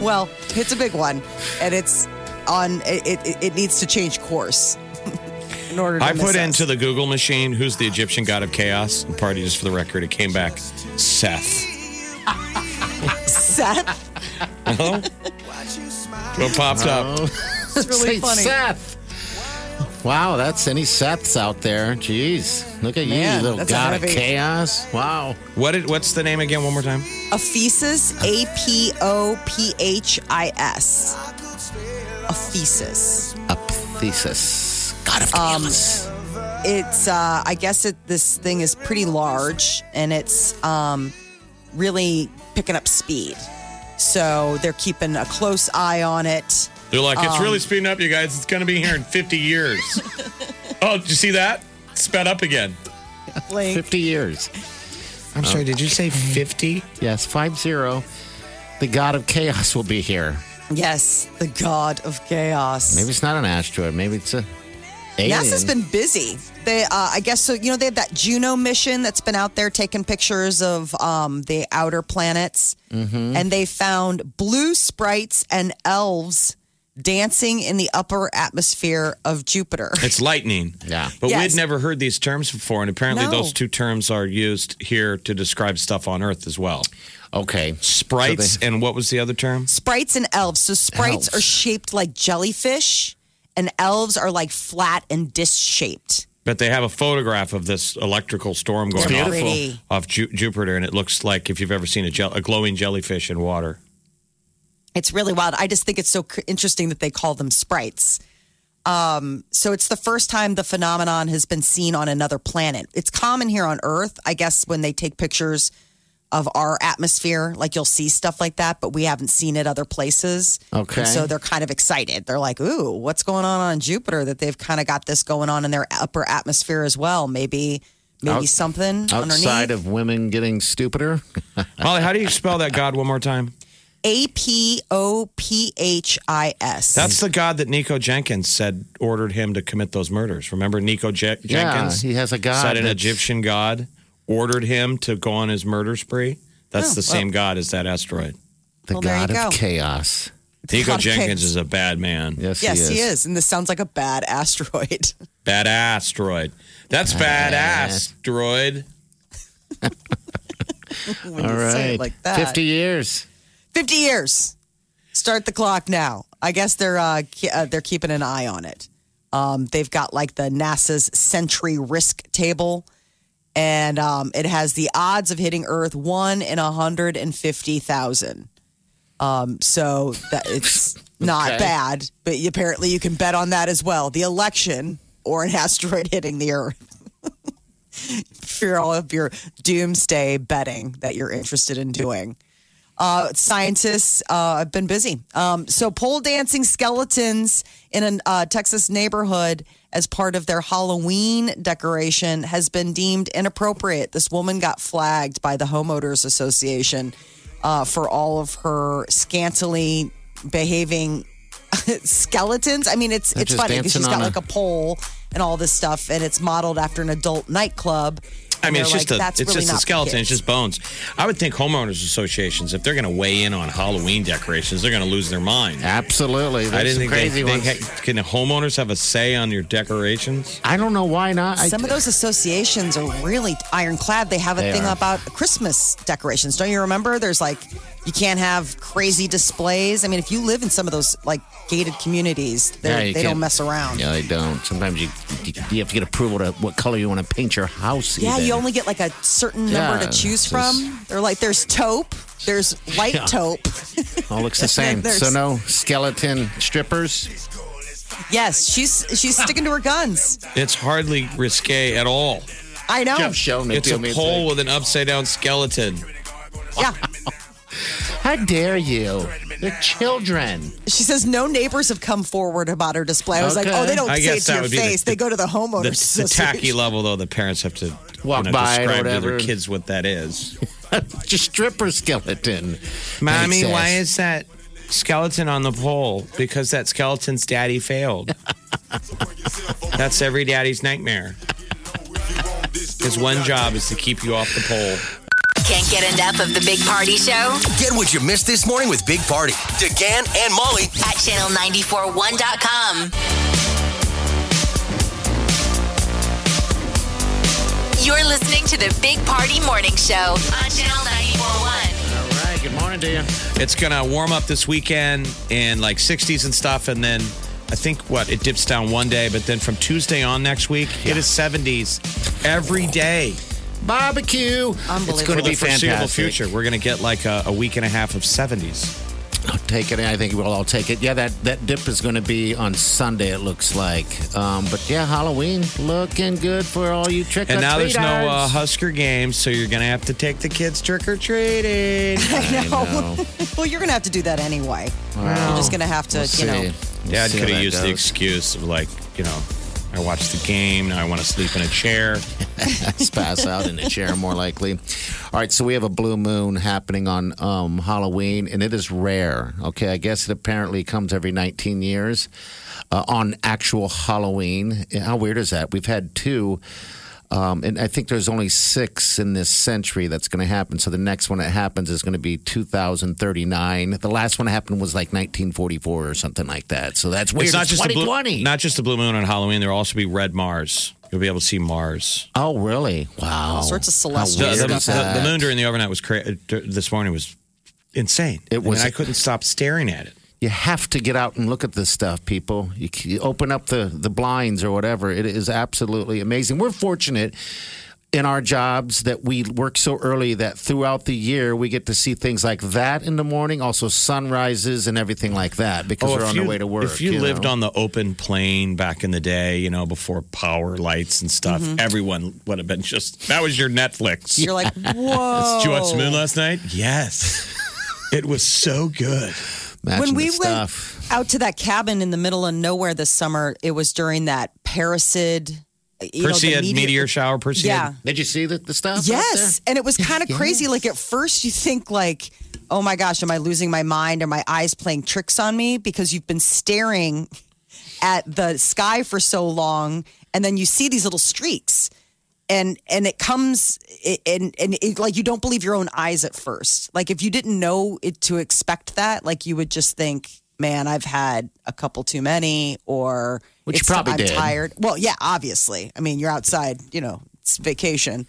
Speaker 5: Well, it's a big one, and it's on. It it, it needs to change course in order. To
Speaker 4: I
Speaker 5: miss
Speaker 4: put
Speaker 5: us.
Speaker 4: into the Google machine, who's the Egyptian god of chaos? And party, just for the record, it came back Seth. uh,
Speaker 5: Seth.
Speaker 4: Oh, what popped up?
Speaker 5: It's really
Speaker 3: Oh. Say
Speaker 5: funny.
Speaker 3: Seth. Wow, that's any Seths out there. Jeez, look at
Speaker 5: Man,
Speaker 3: you, little
Speaker 5: that's
Speaker 3: god of
Speaker 5: heavy.
Speaker 3: chaos. Wow.
Speaker 4: What did, what's the name again? One more time.
Speaker 5: Aphesis. A p o p h i s. Aphesis.
Speaker 3: Apthesis. God of chaos.
Speaker 5: Um, It's. Uh, I guess it. This thing is pretty large, and it's um, really picking up speed. So they're keeping a close eye on it.
Speaker 4: They're like,
Speaker 3: Um,
Speaker 4: it's really speeding up, you guys. It's going to be here in 50 years. oh, did you see that? Sped up again.
Speaker 5: Like,
Speaker 3: 50 years.
Speaker 4: I'm sorry, did you say 50?
Speaker 3: Yes, 5-0. The god of chaos will be here.
Speaker 5: yes, the god of chaos.
Speaker 3: Maybe it's not an asteroid. Maybe it's a alien.
Speaker 5: NASA's been busy. They, uh, I guess, so you know, they have that Juno mission that's been out there taking pictures of um, the outer planets,
Speaker 3: Mm-hmm.
Speaker 5: and they found blue sprites and elves dancing in the upper atmosphere of Jupiter.
Speaker 4: It's lightning.
Speaker 3: Yeah.
Speaker 4: But
Speaker 5: Yes.
Speaker 4: we'd never heard these terms before, and apparently
Speaker 5: No.
Speaker 4: those two terms are used here to describe stuff on Earth as well.
Speaker 3: Okay.
Speaker 4: Sprites,
Speaker 3: So they-
Speaker 4: and what was the other term?
Speaker 5: sprites and elves. So sprites
Speaker 3: Elves.
Speaker 5: are shaped like jellyfish, and elves are like flat and disc shaped.
Speaker 4: But they have a photograph of this electrical storm going
Speaker 5: It's
Speaker 4: off,
Speaker 5: beautiful.
Speaker 4: off Ju- Jupiter, and it looks like if you've ever seen a, gel- a glowing jellyfish in water.
Speaker 5: It's really wild. I just think it's so c- interesting that they call them sprites. Um, so it's the first time the phenomenon has been seen on another planet. It's common here on Earth, I guess, when they take pictures of our atmosphere, like you'll see stuff like that, but we haven't seen it other places.
Speaker 3: Okay.
Speaker 5: And so they're kind of excited. They're like, "Ooh, what's going on on Jupiter? That they've kind of got this going on in their upper atmosphere as well. Maybe, maybe
Speaker 3: Out-
Speaker 5: something underneath."
Speaker 3: Outside of women getting stupider.
Speaker 4: Holly, how do you spell that god one more time?
Speaker 5: A P O P H I S.
Speaker 4: That's the god that Nico Jenkins said ordered him to commit those murders. Remember Nico Je- Jenkins?
Speaker 3: he has a god
Speaker 4: Said an
Speaker 3: that's-
Speaker 4: Egyptian god ordered him to go on his murder spree. That's the same god as that asteroid.
Speaker 3: The
Speaker 5: Oh, Well, there
Speaker 3: god
Speaker 5: you
Speaker 3: of
Speaker 5: go.
Speaker 3: chaos.
Speaker 4: Nico
Speaker 5: God of
Speaker 4: Jenkins
Speaker 5: chaos.
Speaker 4: is a bad man.
Speaker 3: Yes,
Speaker 5: Yes,
Speaker 3: he is.
Speaker 5: he is. And this sounds like a bad asteroid.
Speaker 4: Bad asteroid. That's bad asteroid.
Speaker 5: when
Speaker 3: All
Speaker 5: you
Speaker 3: right.
Speaker 5: say it like that.
Speaker 3: 50 years.
Speaker 5: 50 years. Start the clock now. I guess they're uh, ke- uh, they're keeping an eye on it. Um, they've got like the NASA's Sentry Risk Table, and um, it has the odds of hitting Earth one in hundred and fifty thousand. Um, so that it's not
Speaker 3: Okay.
Speaker 5: bad, but apparently you can bet on that as well. The election or an asteroid hitting the Earth. for all of your doomsday betting that you're interested in doing. Uh, scientists uh, have been busy. Um, so, pole dancing skeletons in a uh, Texas neighborhood as part of their Halloween decoration has been deemed inappropriate. This woman got flagged by the Homeowners Association uh, for all of her scantily behaving skeletons. I mean, it's it's
Speaker 3: just
Speaker 5: funny because
Speaker 3: dancing
Speaker 5: she's got
Speaker 3: on a-
Speaker 5: like a pole and all this stuff, and it's modeled after an adult nightclub.
Speaker 4: I mean,
Speaker 5: They're
Speaker 4: it's just a
Speaker 5: like, that's
Speaker 4: it's
Speaker 5: really
Speaker 4: just a
Speaker 5: not for
Speaker 4: skeleton. It's
Speaker 5: kids.
Speaker 4: just bones. I would think homeowners associations, if they're going to weigh in on Halloween decorations, they're going to lose their mind.
Speaker 3: Absolutely. There's
Speaker 4: I didn't
Speaker 3: some
Speaker 4: think they,
Speaker 3: crazy
Speaker 4: they
Speaker 3: ones.
Speaker 4: ha- can homeowners have a say on your decorations.
Speaker 3: I don't know why not. I,
Speaker 5: Some of those associations are really ironclad. They have a
Speaker 3: They
Speaker 5: thing
Speaker 3: are.
Speaker 5: about Christmas decorations. Don't you remember? There's like, you can't have crazy displays. I mean, if you live in some of those like gated communities,
Speaker 3: Yeah,
Speaker 5: they're-
Speaker 3: you
Speaker 5: they don't
Speaker 3: can't-
Speaker 5: mess around.
Speaker 3: Yeah, they don't. Sometimes you you, you have to get approval to what color you want to paint your house.
Speaker 5: Yeah,
Speaker 3: even.
Speaker 5: you only get like a certain number
Speaker 3: Yeah,
Speaker 5: to choose
Speaker 3: it's
Speaker 5: from.
Speaker 3: just-
Speaker 5: They're like, there's taupe, there's light
Speaker 3: Yeah.
Speaker 5: taupe.
Speaker 3: all looks the same.
Speaker 5: There's-
Speaker 3: So no skeleton strippers.
Speaker 5: Yes, she's she's sticking to her guns.
Speaker 4: It's hardly risque at all.
Speaker 5: I know.
Speaker 3: Jeff Schoen, they
Speaker 4: It's
Speaker 3: do
Speaker 4: a
Speaker 3: me
Speaker 4: pole with an upside down skeleton.
Speaker 5: Yeah.
Speaker 3: How dare you? They're children.
Speaker 5: She says no neighbors have come forward about her display. I was like,
Speaker 3: Okay.
Speaker 5: oh, they don't
Speaker 4: I
Speaker 5: say it
Speaker 4: guess
Speaker 5: to
Speaker 4: that
Speaker 5: your
Speaker 4: would be the-
Speaker 5: face. they go to the homeowners.
Speaker 4: The, the tacky
Speaker 5: association.
Speaker 4: level, though, the parents have to
Speaker 3: Walk
Speaker 4: you know,
Speaker 3: by or
Speaker 4: describe to their
Speaker 3: whatever.
Speaker 4: kids what that is.
Speaker 3: Just stripper skeleton.
Speaker 4: Mommy,
Speaker 3: Makes
Speaker 4: why
Speaker 3: sense.
Speaker 4: is that skeleton on the pole? Because that skeleton's daddy failed. That's every daddy's nightmare. His one job is to keep you off the pole.
Speaker 2: Can't get enough of the Big Party Show
Speaker 6: Get what you missed this morning with Big Party. DeGan and Molly
Speaker 2: at channel941.com. You're listening to the Big Party Morning Show on channel 941.
Speaker 3: All right. Good morning to you.
Speaker 4: It's going to warm up this weekend in like 60s and stuff. And then I think what? It dips down one day, but then from Tuesday on next week, it is 70s every day.
Speaker 3: Barbecue. It's going
Speaker 4: For
Speaker 3: to
Speaker 4: the
Speaker 3: be
Speaker 4: foreseeable
Speaker 3: fantastic.
Speaker 4: future, we're going to get like a, a week and a half of 70s.
Speaker 3: I'll take it. I think we'll all take it. Yeah, that, that dip is going to be on Sunday, it looks like. Um, but yeah, Halloween looking good for all you trick
Speaker 4: And now there's no uh, Husker games, so you're going to have to take the kids trick or treating.
Speaker 5: well, you're gonna have to do that anyway. You're just gonna have to, you know.
Speaker 4: Dad could have used the excuse of like, you know, I watched the game. Now I want to sleep in a chair.
Speaker 3: excuse. Pass out in a chair, more likely. All right, so we have a blue moon happening on um, Halloween, and it is rare. Okay, I guess it apparently comes every 19 years uh, on actual Halloween. How weird is that? We've had two. Um, and I think there's only six in this century that's going to happen. So the next one that happens is going to be 2039. The last one that happened was like 1944 or something like that. So that's weird.
Speaker 4: It's not just a blue,
Speaker 3: 2020.
Speaker 4: not just the blue moon on Halloween. There'll also be red Mars. You'll be able to see Mars.
Speaker 3: oh, really? Wow. All
Speaker 5: sorts of celestial
Speaker 4: The, the-
Speaker 5: Weird
Speaker 4: the- the moon during the overnight was cra- this morning was insane.
Speaker 3: It was-
Speaker 4: I, mean, I couldn't stop staring at it.
Speaker 3: You have to get out and look at this stuff, people. You, c- you open up the, the blinds or whatever. It is absolutely amazing. We're fortunate in our jobs that we work so early that throughout the year we get to see things like that in the morning, also sunrises and everything like that because we're on the way to work.
Speaker 4: Oh, If you, lived on the open plain back in the day, you know, before power lights and stuff, everyone would have been just that was your Netflix.
Speaker 5: Mm-hmm. You're like, whoa.
Speaker 4: Did you watch the moon last night? Yes. it was
Speaker 3: Oh,
Speaker 4: so good.
Speaker 5: when we went
Speaker 3: stuff.
Speaker 5: out to that cabin in the middle of nowhere this summer, it was during that Paracid, you know, the
Speaker 4: Perseid meteor, shower, Perseid.
Speaker 5: Yeah.
Speaker 3: Did you see the, the stuff? out
Speaker 5: Yes.
Speaker 3: there?
Speaker 5: And it was kind of crazy. Like at first you think like, oh my gosh, am I losing my mind? Are my eyes playing tricks on me? Because you've been staring at the sky for so long and then you see these little streaks. And and it comes it- and and it, like you don't believe your own eyes at first. Like if you didn't know it to expect that, like you would just think, "Man, I've had a couple too many," or
Speaker 3: Which you
Speaker 5: it's-
Speaker 3: probably
Speaker 5: I'm
Speaker 3: did.
Speaker 5: tired. Well, yeah, obviously. I mean, you're outside. You know, it's vacation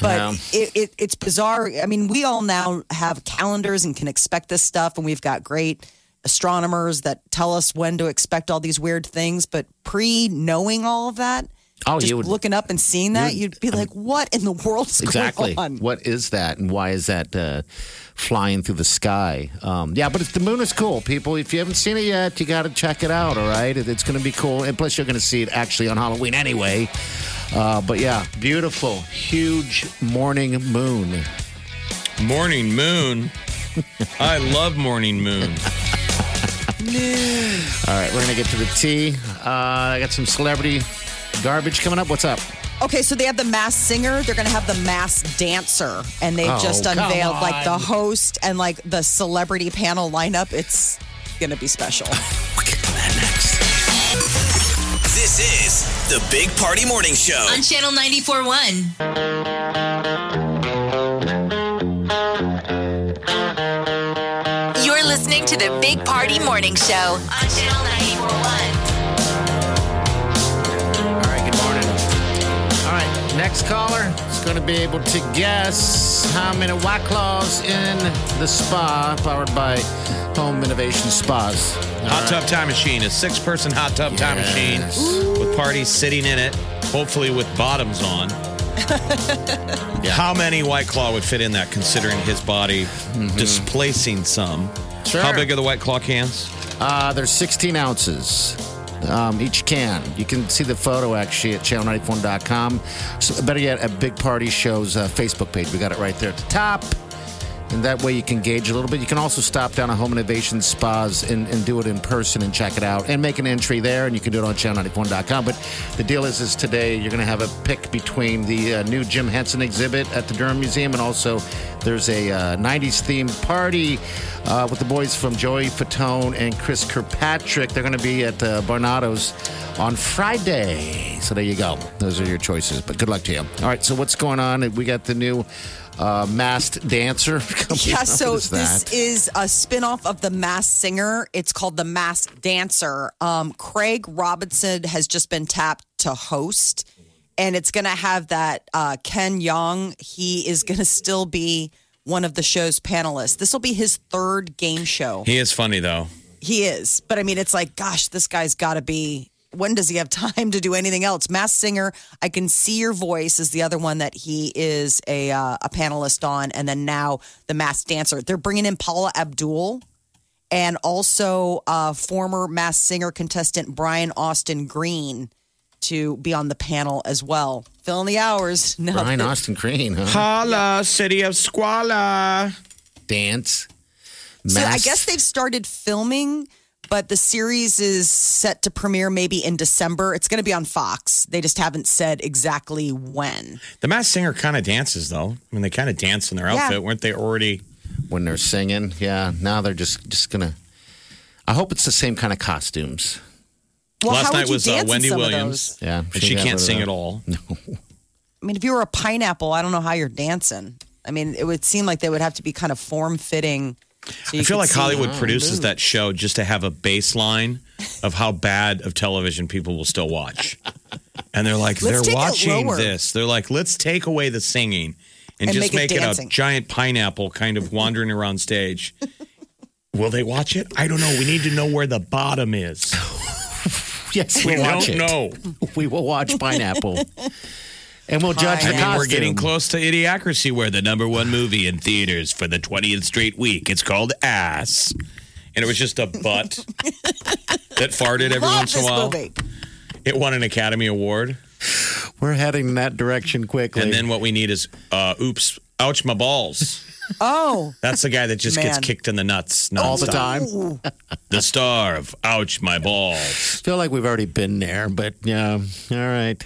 Speaker 5: but
Speaker 3: Yeah.
Speaker 5: it, it, it's bizarre. I mean, we all now have calendars and can expect this stuff, and we've got great astronomers that tell us when to expect all these weird things. But pre knowing all of that,
Speaker 3: Oh,
Speaker 5: just
Speaker 3: you would-
Speaker 5: looking up and seeing that,
Speaker 3: you would-
Speaker 5: you'd be like, "What in the world is
Speaker 3: Exactly.
Speaker 5: going on?"
Speaker 3: What is that, and why is that uh, flying through the sky? Um, yeah, but it's, the moon is cool, people. If you haven't seen it yet, you got to check it out. All right, It- it's going to be cool, and plus you're going to see it actually on Halloween anyway. Uh, but yeah, beautiful, huge morning moon.
Speaker 4: Morning moon. I love morning moon.
Speaker 3: All right, we're going to get to the tea. Uh, I got some celebrity garbage coming up. What's up?
Speaker 5: Okay, so they have the mass singer. They're going to have the mass dancer, and they've
Speaker 3: Oh,
Speaker 5: just
Speaker 3: come
Speaker 5: unveiled like the
Speaker 3: on.
Speaker 5: host and like the celebrity panel lineup. It's going to be special.
Speaker 6: We'll get to that next.
Speaker 8: Oh.
Speaker 6: This is the Big Party Morning Show.
Speaker 2: On channel 941. to the Big Party Morning Show on Channel 941.
Speaker 3: All right, good morning. All right, next caller is going to be able to guess how many white claws in the spa powered by Home Innovation Spas.
Speaker 4: Hot tub time machine, a six person hot tub time machine
Speaker 3: Yes.
Speaker 4: with parties sitting in it, hopefully with bottoms on. How many White Claw would fit in that considering his body displacing some?
Speaker 3: Mm-hmm. Sure.
Speaker 4: How big are the White Claw cans?
Speaker 3: Uh, there's 16 ounces. Um, each can. You can see the photo actually at channel94.com. So better yet, at Big Party Show's uh, Facebook page. We got it right there at the top. And that way you can gauge a little bit. You can also stop down at Home Innovation Spas and, and do it in person and check it out and make an entry there. And you can do it on channel94.com. But the deal is, is today you're going to have a pick between the uh, new Jim Henson exhibit at the Durham Museum and also there's a uh, 90s themed party uh, with the boys from Joey Fatone and Chris Kirkpatrick. They're going to be at uh, Barnado's on Friday. So there you go. Those are your choices. But good luck to you. All right. So what's going on? We got the new uh, masked dancer.
Speaker 5: Yeah, so
Speaker 3: What is that?
Speaker 5: this is a spin-off of The Mass Singer. It's called The Mass Dancer. Um, Craig Robinson has just been tapped to host, and it's going to have that uh, Ken Young. He is going to still be one of the show's panelists. This will be his third game show.
Speaker 4: He is funny though.
Speaker 5: He is. But I mean, it's like, gosh, this guy's got to be. When does he have time to do anything else? Mass Singer, I Can See Your Voice is the other one that he is a, uh, a panelist on. And then now the Mass Dancer. They're bringing in Paula Abdul and also uh, former Mass Singer contestant Brian Austin Green to be on the panel as well. Filling the hours. No,
Speaker 3: Brian Austin Green, huh?
Speaker 4: Holla, city of Squala.
Speaker 3: Dance.
Speaker 5: So I
Speaker 3: masked.
Speaker 5: guess they've started filming, but the series is set to premiere maybe in December. It's going to be on Fox. They just haven't said exactly when.
Speaker 4: The mass singer kind of dances though. I mean, they kind of dance in their
Speaker 5: Yeah.
Speaker 4: outfit. Weren't they already?
Speaker 3: when they're singing. Yeah, now they're just just gonna. I hope it's the same kind of costumes.
Speaker 5: Well,
Speaker 4: Last
Speaker 5: how
Speaker 4: night
Speaker 5: would you
Speaker 4: was uh,
Speaker 5: dance in
Speaker 4: Wendy
Speaker 5: some of
Speaker 4: Williams.
Speaker 5: those?
Speaker 3: Yeah,
Speaker 4: And she
Speaker 3: got
Speaker 4: can't
Speaker 3: rid of
Speaker 4: sing at
Speaker 3: that.
Speaker 4: all.
Speaker 5: I mean, if you were a pineapple, I don't know how you're dancing. I mean, it would seem like they would have to be kind of form fitting. So you
Speaker 4: I feel
Speaker 5: could
Speaker 4: like
Speaker 5: see-
Speaker 4: Hollywood produces that show just to have a baseline of how bad of television people will still watch. And they're like,
Speaker 5: Let's
Speaker 4: they're
Speaker 5: take it
Speaker 4: watching
Speaker 5: lower.
Speaker 4: this. They're like, let's take away the singing and,
Speaker 5: And
Speaker 4: just
Speaker 5: make
Speaker 4: make, it,
Speaker 5: it
Speaker 4: a
Speaker 5: dancing.
Speaker 4: giant pineapple kind of wandering around stage. Will they watch it? I don't know. We need to know where the bottom is.
Speaker 3: Yes,
Speaker 4: We
Speaker 3: we'll watch
Speaker 4: don't
Speaker 3: it.
Speaker 4: know.
Speaker 3: We will watch pineapple, and we'll judge the
Speaker 5: Pineapple.
Speaker 3: costume.
Speaker 4: We're getting close to Idiocracy, where the number one movie in theaters for the 20th straight week. It's called Ass. And it was just a butt that farted every
Speaker 5: Love
Speaker 4: once in a
Speaker 5: this
Speaker 4: while.
Speaker 5: movie.
Speaker 4: It won an Academy Award.
Speaker 3: We're heading in that direction quickly.
Speaker 4: And then what we need is, uh, oops, ouch, my balls.
Speaker 5: Oh,
Speaker 4: That's the guy that just gets
Speaker 5: Man.
Speaker 4: kicked in the nuts
Speaker 3: all the
Speaker 4: nonstop.
Speaker 3: time.
Speaker 4: The star of ouch, my balls.
Speaker 3: Feel like we've already been there, but yeah. All right.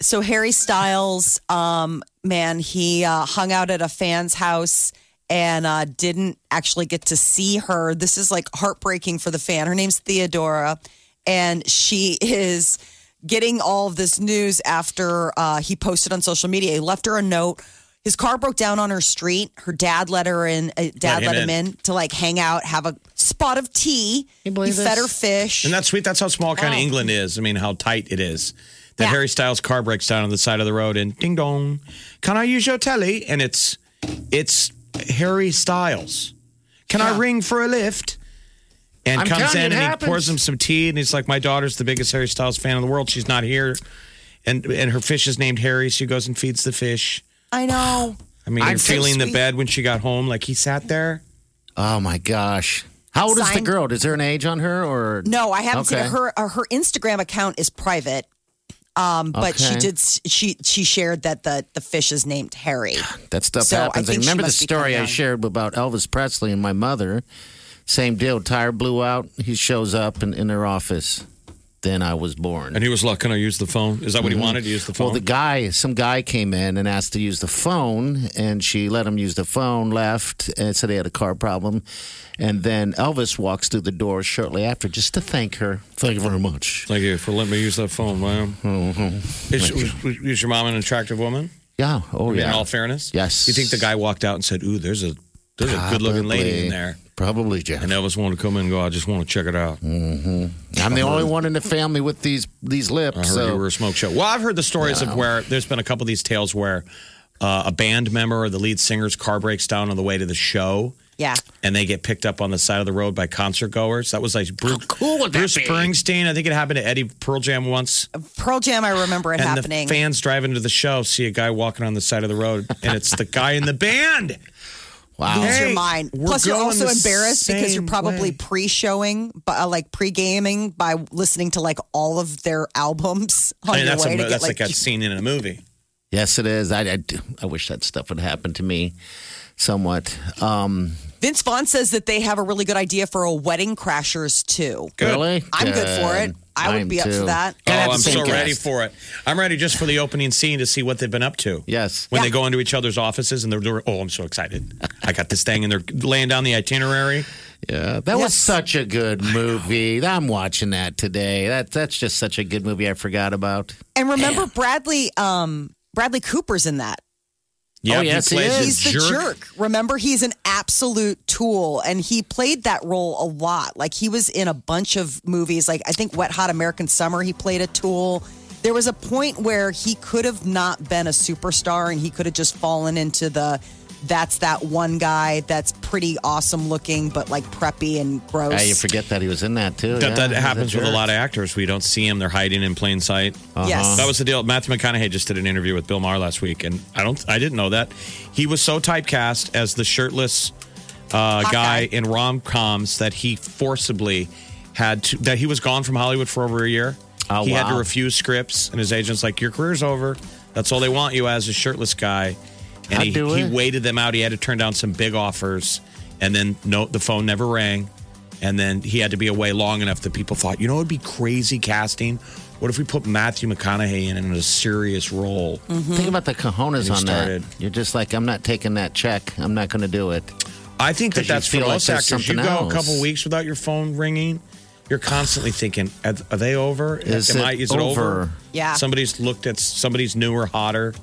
Speaker 5: so Harry Styles, um, man, he uh, hung out at a fan's house and uh, didn't actually get to see her. This is like heartbreaking for the fan. Her name's Theodora, and she is getting all of this news after uh, he posted on social media. He left her a note. His car broke down on her street. Her dad let her in. Uh,
Speaker 4: Let
Speaker 5: dad
Speaker 4: him
Speaker 5: let him, in.
Speaker 4: in.
Speaker 5: to like hang out, have a spot of tea.
Speaker 3: you believe
Speaker 5: he fed
Speaker 3: this?
Speaker 5: her fish.
Speaker 4: And that's sweet. That's how small
Speaker 3: Oh.
Speaker 4: kind of England is. I mean, how tight it is. That
Speaker 5: Yeah.
Speaker 4: Harry Styles car breaks down on the side of the road and ding dong, can I use your telly? And it's it's Harry Styles. Can I ring for a lift? And
Speaker 3: I'm
Speaker 4: comes
Speaker 3: telling
Speaker 4: in
Speaker 3: you,
Speaker 4: and
Speaker 3: it
Speaker 4: he pours
Speaker 3: happens.
Speaker 4: him some tea and he's like, My daughter's the biggest Harry Styles fan in the world. She's not here. And and her fish is named Harry. She goes and feeds the fish.
Speaker 5: I know.
Speaker 4: I mean,
Speaker 3: I'm
Speaker 4: and
Speaker 3: so
Speaker 4: feeling the
Speaker 3: sweet.
Speaker 4: bed when she got home, like he sat there.
Speaker 3: Oh my gosh. How old is the
Speaker 5: Signed-
Speaker 3: girl? Is there an age on her or
Speaker 5: No, I haven't seen
Speaker 3: Okay.
Speaker 5: it. her. uh, Her Instagram account is private, um, but she
Speaker 3: Okay.
Speaker 5: did. s- She she shared that the the fish is named Harry.
Speaker 3: That stuff
Speaker 5: So I
Speaker 3: happens. I,
Speaker 5: think she
Speaker 3: remember the
Speaker 5: must become
Speaker 3: story I
Speaker 5: young.
Speaker 3: shared about Elvis Presley and my mother. Same deal. Tire blew out. He shows up in, in her office. Then I was born. Mm-hmm.
Speaker 4: And he was like, Can I use the phone? Is that what he wanted to use the phone?
Speaker 3: Well, the guy, some guy came in and asked to use the phone, and she let him use the phone, left, and said he had a car problem. And then Elvis walks through the door shortly after just to thank her. Thank you very much.
Speaker 4: Thank you for letting me use that phone, ma'am.
Speaker 3: Mm-hmm.
Speaker 4: Is, was- was your mom an attractive woman?
Speaker 3: Yeah. Oh,
Speaker 4: In
Speaker 3: yeah.
Speaker 4: all fairness,
Speaker 3: Yes.
Speaker 4: You think the guy walked out and said, "Ooh, there's a there's a good-looking lady in
Speaker 3: Probably.
Speaker 4: there."
Speaker 3: Probably, Jeff. Mm-hmm.
Speaker 4: And Elvis wanted to come in and go, I just want to check it out.
Speaker 3: I'm the only one in the family with these these lips.
Speaker 4: I heard
Speaker 3: so
Speaker 4: you were a smoke show. Well, I've heard the stories of where there's been a couple of these tales where uh, a band member or the lead singer's car breaks down on the way to the show.
Speaker 5: Yeah.
Speaker 4: and they get picked up on the side of the road by concert goers. That was like Bruce, Bruce Springsteen. I think it happened to Eddie Pearl Jam once.
Speaker 5: Pearl Jam, I remember it
Speaker 4: and
Speaker 5: happening.
Speaker 4: the fans driving to the show see a guy walking on the side of the road, and it's the guy in the band.
Speaker 3: wow.
Speaker 5: Lose your
Speaker 4: Hey,
Speaker 5: mind.
Speaker 4: we're
Speaker 5: Plus, you're
Speaker 4: going
Speaker 5: also
Speaker 4: the
Speaker 5: embarrassed because you're
Speaker 4: same
Speaker 5: probably
Speaker 4: way.
Speaker 5: pre-showing, but uh, like pre-gaming by listening to like all of their albums on
Speaker 4: I mean,
Speaker 5: your
Speaker 4: that's
Speaker 5: way
Speaker 4: a,
Speaker 5: Oh, to get
Speaker 4: that's
Speaker 5: like.
Speaker 4: like a scene in a movie.
Speaker 3: Yes, it is. I, I, do- I wish that stuff would happen to me somewhat. Um,
Speaker 5: Vince Vaughn says that they have a really good idea for a Wedding Crashers too.
Speaker 3: Really?
Speaker 5: I'm good for it. I would
Speaker 3: am
Speaker 5: be up for
Speaker 3: too.
Speaker 5: that.
Speaker 3: Gotta have
Speaker 4: oh,
Speaker 3: the
Speaker 4: I'm
Speaker 3: same
Speaker 4: so ready
Speaker 3: cast.
Speaker 4: for it. I'm ready just for the opening scene to see what they've been up to.
Speaker 3: Yes.
Speaker 4: When they go into each other's offices and they're, they're- oh, I'm so excited. I got this thing, and they're laying down the itinerary.
Speaker 3: Yeah, that was such a good movie. I'm watching that today. That that's just such a good movie. I forgot about.
Speaker 5: And remember, Bradley um, Bradley Cooper's in that.
Speaker 4: Yeah,
Speaker 3: Oh, yes, he is.
Speaker 5: He's the jerk. Remember, he's an absolute tool, and he played that role a lot. Like he was in a bunch of movies. Like I think Wet Hot American Summer, he played a tool. There was a point where he could have not been a superstar, and he could have just fallen into the that's that one guy that's pretty awesome looking, but like preppy and gross.
Speaker 3: Yeah, Ah, you forget that he was in that too.
Speaker 4: That,
Speaker 3: Yeah,
Speaker 4: that
Speaker 3: he's
Speaker 4: happens with a
Speaker 3: jerk. Uh-huh.
Speaker 4: lot of actors. We don't see them; they're hiding in plain sight.
Speaker 5: Yes.
Speaker 4: That was the deal. Matthew McConaughey just did an interview with Bill Maher last week, and I don't, I didn't know that he was so typecast as the shirtless uh, guy in rom coms that he forcibly had to that he was gone from Hollywood for over a year.
Speaker 3: Oh,
Speaker 4: he had to
Speaker 3: wow.
Speaker 4: refuse scripts, and his agent's like, "Your career's over. That's all they want you as a shirtless guy." And
Speaker 3: I'd
Speaker 4: he,
Speaker 3: do
Speaker 4: he
Speaker 3: it.
Speaker 4: waited them out. He had to turn down some big offers, and then no, the phone never rang. And then he had to be away long enough that people thought, you know, it'd be crazy casting. What if we put Matthew McConaughey in, in a serious role?
Speaker 3: Think about the cojones
Speaker 4: When
Speaker 3: on
Speaker 4: he started.
Speaker 3: that. You're just like, I'm not taking that check. I'm not going to do it.
Speaker 4: I think that
Speaker 3: 'Cause you
Speaker 4: that's for
Speaker 3: feel like
Speaker 4: most
Speaker 3: there's
Speaker 4: actors. You go
Speaker 3: something
Speaker 4: a couple
Speaker 3: else.
Speaker 4: weeks without your phone ringing, you're constantly thinking, "Are, are they over?
Speaker 3: Is
Speaker 4: Am
Speaker 3: it
Speaker 4: I? Is it over?
Speaker 3: over?
Speaker 5: Yeah.
Speaker 4: Somebody's looked at somebody's newer, hotter,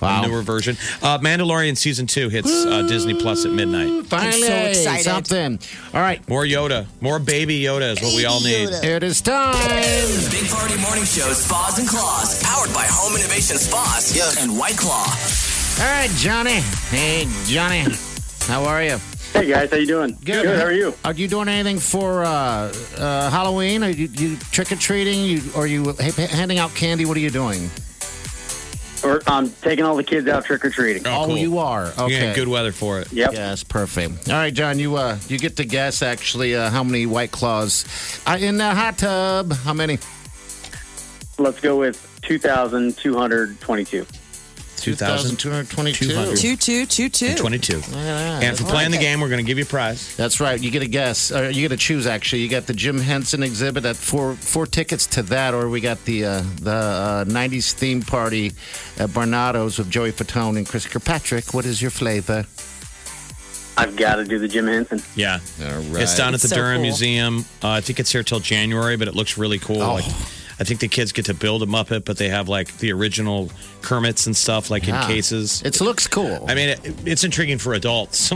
Speaker 3: Wow.
Speaker 4: newer version. Uh, Mandalorian season two hits uh, Disney Plus at midnight.
Speaker 3: Finally,
Speaker 5: excited.
Speaker 3: something. All right,
Speaker 4: More Yoda, more baby Yoda is what we all need.
Speaker 3: it is time.
Speaker 6: The Big Party Morning Show, Spas and Claws, powered by Home Innovation Spas and White Claw.
Speaker 3: All right, Johnny. Hey, Johnny. How are you?
Speaker 9: Hey guys, how you doing? How are you?
Speaker 3: Are you doing anything for uh, uh, Halloween? Are you, you trick or treating? You are you ha- handing out candy? What are you doing?
Speaker 9: Or I'm taking all the kids out trick or treating.
Speaker 4: Oh, cool.
Speaker 3: you are.
Speaker 4: You're gonna
Speaker 3: Okay.
Speaker 4: get good weather for it.
Speaker 9: Yep.
Speaker 3: Yes, perfect. All right, John, you uh, you get to guess actually uh, how many White Claws uh, in the hot tub. How many?
Speaker 9: Let's go with 2,222.
Speaker 3: 2,222.
Speaker 4: 200.
Speaker 5: two two two two.
Speaker 4: Twenty-two.
Speaker 3: Look at that.
Speaker 4: And for playing the game, we're going to give you a prize.
Speaker 3: That's right. You get a guess. Or you get to choose. Actually, you got the Jim Henson exhibit at four four tickets to that, or we got the uh, the uh, '90s theme party at Barnado's with Joey Fatone and Chris Kirkpatrick. What is your flavor?
Speaker 9: I've got to do the Jim Henson.
Speaker 4: Yeah.
Speaker 3: All right.
Speaker 4: It's down at the
Speaker 5: So
Speaker 4: Durham
Speaker 5: cool.
Speaker 4: Museum. Uh, I think it's here till January, but it looks really cool.
Speaker 3: Oh.
Speaker 4: Like, I think the kids get to build a Muppet, but they have like the original Kermits and stuff, like
Speaker 3: Yeah.
Speaker 4: in cases.
Speaker 3: It looks cool.
Speaker 4: I mean, it, it's intriguing for adults.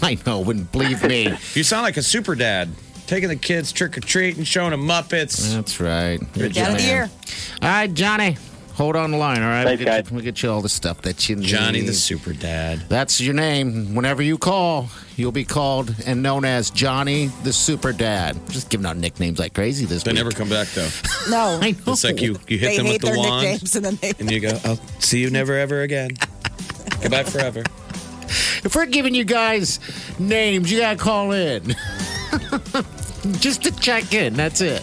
Speaker 3: I know. Wouldn't believe me.
Speaker 4: you sound like a super dad, taking the kids trick or treating, showing them Muppets.
Speaker 3: That's right. You're the
Speaker 5: Down in the
Speaker 3: man.
Speaker 5: air.
Speaker 3: All right, Johnny. Hold on the line. All right.
Speaker 9: Thanks,
Speaker 3: we'll, get
Speaker 9: guys.
Speaker 3: you, we'll get you all the stuff that you need.
Speaker 4: Johnny the super dad.
Speaker 3: That's your name. Whenever you call, you'll be called and known as Johnny the Super Dad. Just giving out nicknames like crazy this
Speaker 4: They
Speaker 3: week.
Speaker 4: never come back though.
Speaker 5: No,
Speaker 3: I know.
Speaker 4: It's like you you hit
Speaker 5: they
Speaker 4: them
Speaker 5: hate
Speaker 4: with the
Speaker 5: their
Speaker 4: wand,
Speaker 5: nicknames and then they.
Speaker 4: and you go, "I'll see you never ever again. Goodbye forever."
Speaker 3: If we're giving you guys names, you gotta call in. Just to check in. That's it.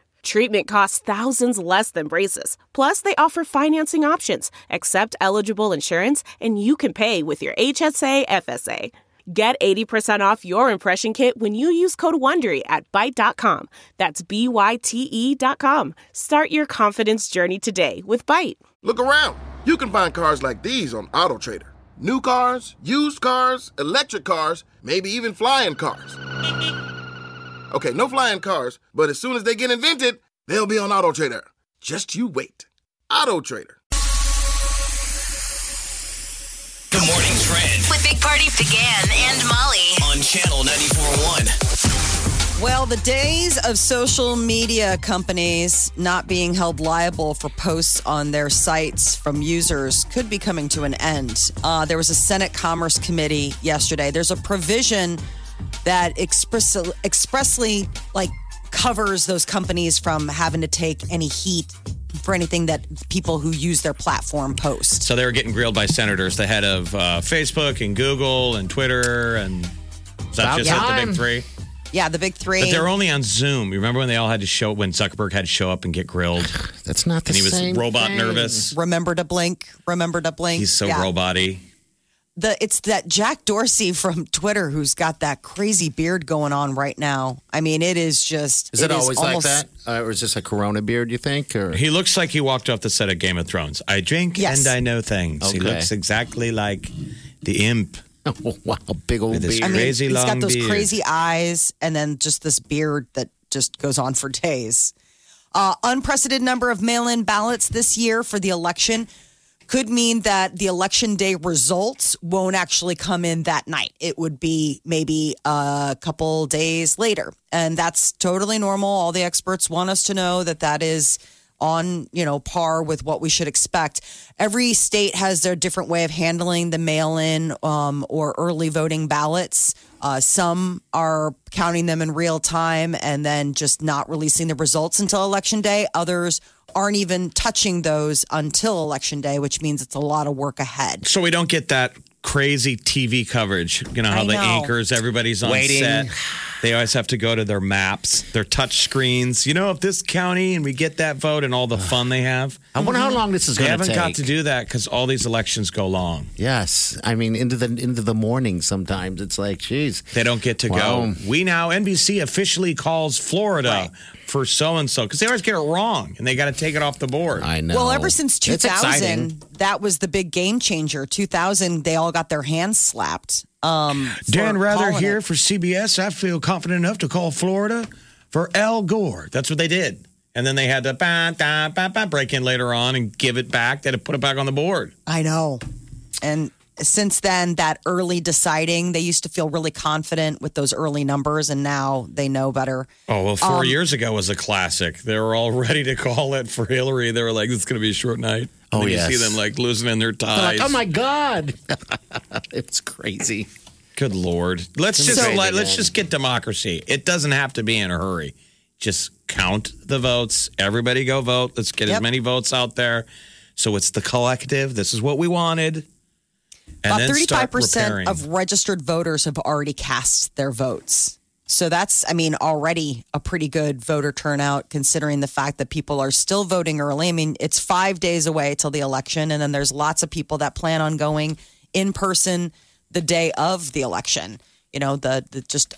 Speaker 10: Treatment costs thousands less than braces. Plus, they offer financing options, accept eligible insurance, and you can pay with your HSA FSA. Get 80% off your impression kit when you use code WONDERY at Byte.com. That's B-Y-T-E E dot com. Start your confidence journey today with Byte.
Speaker 11: Look around. You can find cars like these on AutoTrader. New cars, used cars, electric cars, maybe even flying cars. Okay, no flying cars, but as soon as they get invented, they'll be on AutoTrader. Just you wait. AutoTrader.
Speaker 8: Good morning, Trend.
Speaker 2: With Big Party began and Molly.
Speaker 8: On Channel 94.1.
Speaker 5: Well, the days of social media companies not being held liable for posts on their sites from users could be coming to an end. Uh, there was a Senate Commerce Committee yesterday. There's a provision that express, expressly like covers those companies from having to take any heat for anything that people who use their platform post.
Speaker 4: So they were getting grilled by senators, the head of uh, Facebook and Google and Twitter, and is that
Speaker 5: About
Speaker 4: just it, the
Speaker 5: time.
Speaker 4: big three.
Speaker 5: Yeah, the big three.
Speaker 4: But they're only on Zoom. You remember when they all had to show when Zuckerberg had to show up and get grilled?
Speaker 3: That's not the
Speaker 4: And he was
Speaker 3: same
Speaker 4: robot
Speaker 3: thing.
Speaker 4: nervous.
Speaker 5: Remember to blink. Remember to blink.
Speaker 4: He's so
Speaker 5: Yeah.
Speaker 4: robot-y.
Speaker 5: the it's that Jack Dorsey from Twitter who's got that crazy beard going on right now. I mean, it is just
Speaker 3: Is it, always
Speaker 5: almost-
Speaker 3: like that, uh, or is this a Corona beard? You think, or
Speaker 4: He looks like he walked off the set of Game of Thrones. I drink
Speaker 5: Yes.
Speaker 4: and I know things. He
Speaker 3: Okay.
Speaker 4: looks exactly like the imp.
Speaker 3: Oh, wow, big old
Speaker 4: With his
Speaker 3: beard.
Speaker 5: I mean,
Speaker 4: Crazy
Speaker 5: he's
Speaker 4: long
Speaker 5: got those
Speaker 4: beard.
Speaker 5: crazy eyes and then just this beard that just goes on for days. Uh, unprecedented number of mail-in ballots this year for the election could mean that the election day results won't actually come in that night. It would be maybe a couple days later, and that's totally normal. All the experts want us to know that that is on you know par with what we should expect. Every state has their different way of handling the mail-in um, or early voting ballots. Uh, some are counting them in real time and then just not releasing the results until election day. Others aren't even touching those until election day, which means it's a lot of work ahead.
Speaker 4: So we don't get that crazy TV coverage. You know how
Speaker 5: I
Speaker 4: the
Speaker 5: know.
Speaker 4: anchors, everybody's on
Speaker 3: Waiting.
Speaker 4: set. They always have to go to their maps, their touch screens. You know, if this county and we get that vote and all the fun they have.
Speaker 3: I wonder how long this is
Speaker 4: They
Speaker 3: going
Speaker 4: haven't
Speaker 3: take.
Speaker 4: got to do that because all these elections go long.
Speaker 3: Yes, I mean into the into the morning. Sometimes it's like, geez,
Speaker 4: They don't get to
Speaker 3: Wow.
Speaker 4: go. We now NBC officially calls Florida for so and so because they always get it wrong and they got to take it off the board.
Speaker 3: I know.
Speaker 5: Well, ever since
Speaker 3: It's exciting.
Speaker 5: 2000, that was the big game changer. 2000, they all got their hands slapped. Um, for
Speaker 4: Dan Rather
Speaker 5: calling
Speaker 4: here
Speaker 5: it.
Speaker 4: for CBS. I feel confident enough to call Florida for Al Gore. That's what they did. And then they had to ba, da, ba, ba, break in later on and give it back. They had to put it back on the board.
Speaker 5: I know. And since then, that early deciding, they used to feel really confident with those early numbers, and now they know better.
Speaker 4: Oh, well,
Speaker 5: Um,
Speaker 4: four years ago was a classic. They were all ready to call it for Hillary. They were like, it's going to be a short night.
Speaker 3: Oh,
Speaker 4: and then You
Speaker 3: yes.
Speaker 4: see them like losing in their
Speaker 3: They're
Speaker 4: ties.
Speaker 3: like, oh my god, it's crazy.
Speaker 4: Good Lord. Let's just
Speaker 3: Crazy
Speaker 4: let, let's
Speaker 3: man.
Speaker 4: just get democracy. It doesn't have to be in a hurry. Just count the votes. Everybody go vote. Let's get as
Speaker 5: Yep.
Speaker 4: many votes out there. So it's the collective. This is what we wanted. And
Speaker 5: About
Speaker 4: then start
Speaker 5: 35%
Speaker 4: repairing.
Speaker 5: of registered voters have already cast their votes. So that's, I mean, already a pretty good voter turnout considering the fact that people are still voting early. I mean, it's five days away till the election, and then there's lots of people that plan on going in person the day of the election. You know, the, the just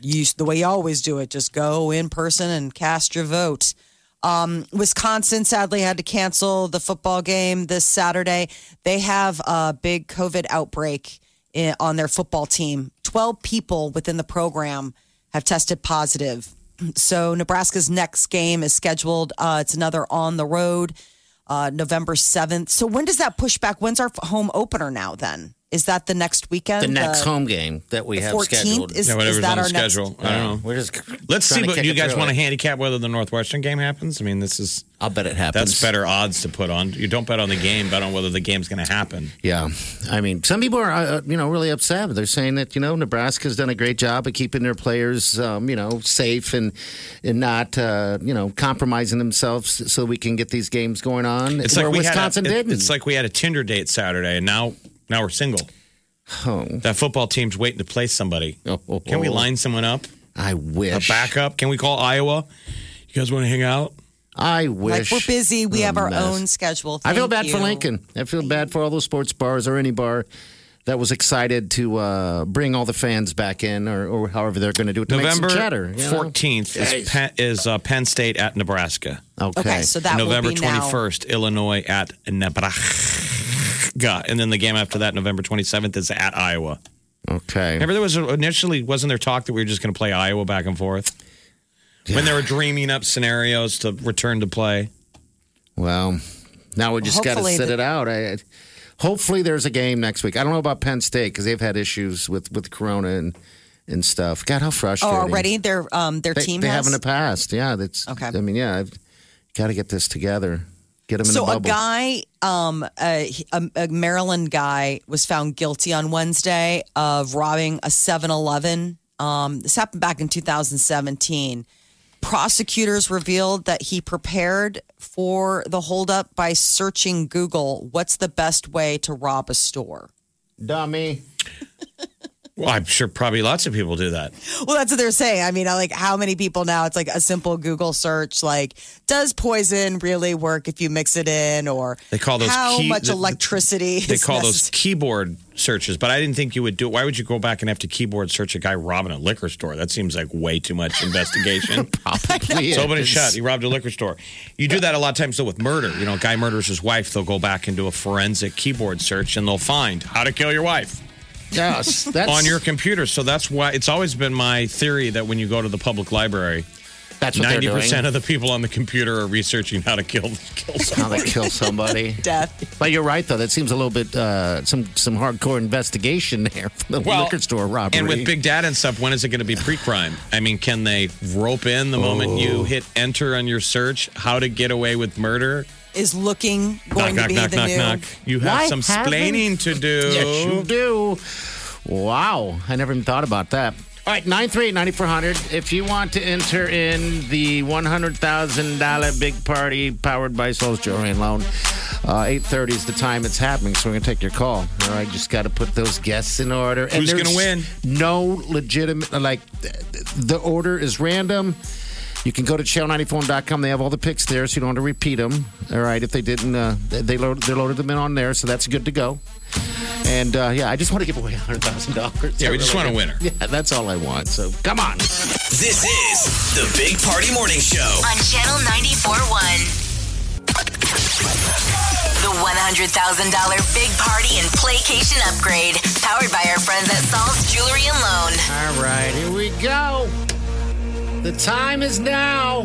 Speaker 5: use the way you always do it, just go in person and cast your vote. Um, Wisconsin sadly had to cancel the football game this Saturday. They have a big COVID outbreak in, on their football team. 12 people within the program have tested positive. So Nebraska's next game is scheduled. Uh, it's another on the road, uh, November 7th. So when does that push back? When's our f- home opener now then? Is that the next weekend?
Speaker 3: The next
Speaker 5: uh, The-
Speaker 3: home game that we have
Speaker 5: 14th
Speaker 3: scheduled.
Speaker 5: is-
Speaker 4: yeah, whatever's
Speaker 5: is
Speaker 4: on
Speaker 5: that
Speaker 4: the
Speaker 5: our next-
Speaker 4: schedule. I don't know.
Speaker 3: We're just
Speaker 4: Let's
Speaker 3: trying
Speaker 4: see
Speaker 3: to
Speaker 4: what
Speaker 3: kick
Speaker 4: you
Speaker 3: it
Speaker 4: guys
Speaker 3: through
Speaker 4: want to
Speaker 3: it.
Speaker 4: handicap whether the Northwestern game happens. I mean, this is
Speaker 3: I'll bet it happens.
Speaker 4: that's better odds to put on. You don't bet on the game, bet on whether the game's going to happen.
Speaker 3: Yeah, I mean, some people are uh, you know really upset. They're saying that you know Nebraska's done a great job of keeping their players um, you know safe and and not uh, you know compromising themselves so we can get these games going on.
Speaker 4: It's
Speaker 3: where
Speaker 4: like we
Speaker 3: Wisconsin
Speaker 4: had a, it-
Speaker 3: didn't.
Speaker 4: It's like we had a Tinder date Saturday, and now now we're single.
Speaker 3: oh,
Speaker 4: That football team's waiting to play somebody.
Speaker 3: Oh, oh,
Speaker 4: Can we
Speaker 3: oh.
Speaker 4: line someone up?
Speaker 3: I
Speaker 4: A
Speaker 3: wish.
Speaker 4: backup? Can we call Iowa? You guys want to hang out?
Speaker 3: I
Speaker 5: Like
Speaker 3: wish.
Speaker 5: we're busy. We
Speaker 3: Oh,
Speaker 5: have our
Speaker 3: mess.
Speaker 5: own schedule.
Speaker 3: I feel
Speaker 5: Thank
Speaker 3: bad for
Speaker 5: you.
Speaker 3: Lincoln. I feel bad for all those sports bars or any bar that was excited to uh, bring all the fans back in, or, or however they're going to do it. To
Speaker 4: November
Speaker 3: make some chatter, you know?
Speaker 4: fourteenth is, Penn, is uh, Penn State at Nebraska.
Speaker 3: Okay. Okay, so that will
Speaker 4: November
Speaker 3: be now-
Speaker 4: first, Illinois at Nebraska, and then the game after that, November twenty seventh, is at Iowa.
Speaker 3: Okay.
Speaker 4: Remember, there was initially wasn't there talk that we were just going to play Iowa back and forth when they were dreaming up scenarios to return to play.
Speaker 3: Well, now we just got to
Speaker 4: Hopefully
Speaker 3: sit
Speaker 4: the-
Speaker 3: it out. I, I- hopefully, there's a game next week. I don't know about Penn State because they've had issues with with Corona and and stuff. God, how
Speaker 5: Oh,
Speaker 3: frustrating!
Speaker 5: already their um their
Speaker 3: they,
Speaker 5: team
Speaker 3: they
Speaker 5: has?
Speaker 3: haven't passed. Yeah, that's okay. I mean, yeah, I've got to get this together. Get them in
Speaker 5: so
Speaker 3: a bubble.
Speaker 5: guy, um, a, he- a, a Maryland guy, was found guilty on Wednesday of robbing a 7-Eleven. Um, this happened back in 2017. Prosecutors revealed that he prepared for the holdup by searching Google. What's the best way to rob a store?
Speaker 3: Dummy.
Speaker 4: Well, I'm sure probably lots of people do that.
Speaker 5: Well, that's what they're saying. I mean, I like how many people now? It's like a simple Google search, like does poison really work if you mix it in, or
Speaker 4: They call those
Speaker 5: how
Speaker 4: key-
Speaker 5: much
Speaker 4: the-
Speaker 5: electricity?
Speaker 4: They
Speaker 5: is
Speaker 4: call
Speaker 5: necessary?
Speaker 4: those keyboard searches, but I didn't think you would do it. Why would you go back and have to keyboard search a guy robbing a liquor store? That seems like way too much investigation.
Speaker 3: Probably
Speaker 4: It's open and
Speaker 3: is.
Speaker 4: shut. He robbed a liquor store. You do that a lot of times, though, with murder. You know, a guy murders his wife, they'll go back and do a forensic keyboard search and they'll find how to kill your wife.
Speaker 3: Yes, that's-
Speaker 4: on your computer. So that's why it's always been my theory that when you go to the public library,
Speaker 3: That's what they're
Speaker 4: ninety percent
Speaker 3: doing.
Speaker 4: of the people on the computer are researching how to kill kill
Speaker 3: How
Speaker 4: someone.
Speaker 3: to kill somebody?
Speaker 5: Death.
Speaker 3: But you're right, though. That seems a little bit uh, some some hardcore investigation there for the
Speaker 4: Well,
Speaker 3: liquor store robbery.
Speaker 4: And with big data and stuff, when is it going to be pre-crime? I mean, can they rope in the moment
Speaker 3: Oh.
Speaker 4: you hit enter on your search? How to get away with murder?
Speaker 5: is looking going
Speaker 4: knock,
Speaker 5: to be
Speaker 4: knock,
Speaker 5: the
Speaker 4: knock,
Speaker 5: new.
Speaker 4: knock. You have
Speaker 5: Why
Speaker 4: some
Speaker 5: haven't-
Speaker 4: splaining to do.
Speaker 3: Yes, you do. Wow. I never even thought about that. All right, 938 9400. If you want to enter in the $100,000 big party powered by Souls Jewelry and Loan, uh, 830 is the time it's happening, so we're going to take your call. All right, just got to put those guests in order.
Speaker 4: Who's
Speaker 3: there's
Speaker 4: gonna win?
Speaker 3: No legitimate, like, th- th- the order is random. You can go to channel94.com. They have all the picks there, so you don't have to repeat them. All right, if they didn't, uh, they, load, they loaded them in on there, so that's good to go. And uh, yeah, I just want to give away hundred thousand dollars.
Speaker 8: Yeah, we just want a winner.
Speaker 3: Yeah, that's all I want. So come on.
Speaker 8: This is the Big Party Morning Show.
Speaker 2: On Channel 94.1. The $100,000 Big Party and Playcation Upgrade. Powered by our friends at Saul's Jewelry and Loan.
Speaker 3: All right, here we go. The time is now.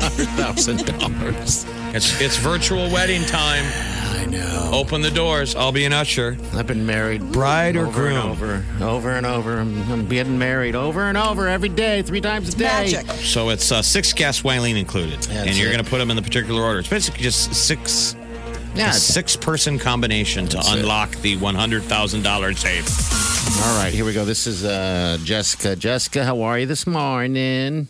Speaker 3: hundred thousand dollars.
Speaker 4: It's it's virtual wedding time. I
Speaker 3: know.
Speaker 4: Open the doors. I'll be an usher.
Speaker 3: I've been married.
Speaker 4: Bride or
Speaker 3: over
Speaker 4: groom?
Speaker 3: and over, over and over. I'm, I'm getting married over and over every day, three times a day.
Speaker 5: Magic.
Speaker 4: So it's uh, six guests, Wileen included, and you're
Speaker 3: it.
Speaker 4: going to put them in the particular order. It's basically just six,
Speaker 3: Yeah.
Speaker 4: a six-person combination to
Speaker 3: That's it.
Speaker 4: unlock the one hundred thousand dollars safe.
Speaker 3: All right, here we go. This is uh, Jessica. Jessica, how are you this morning?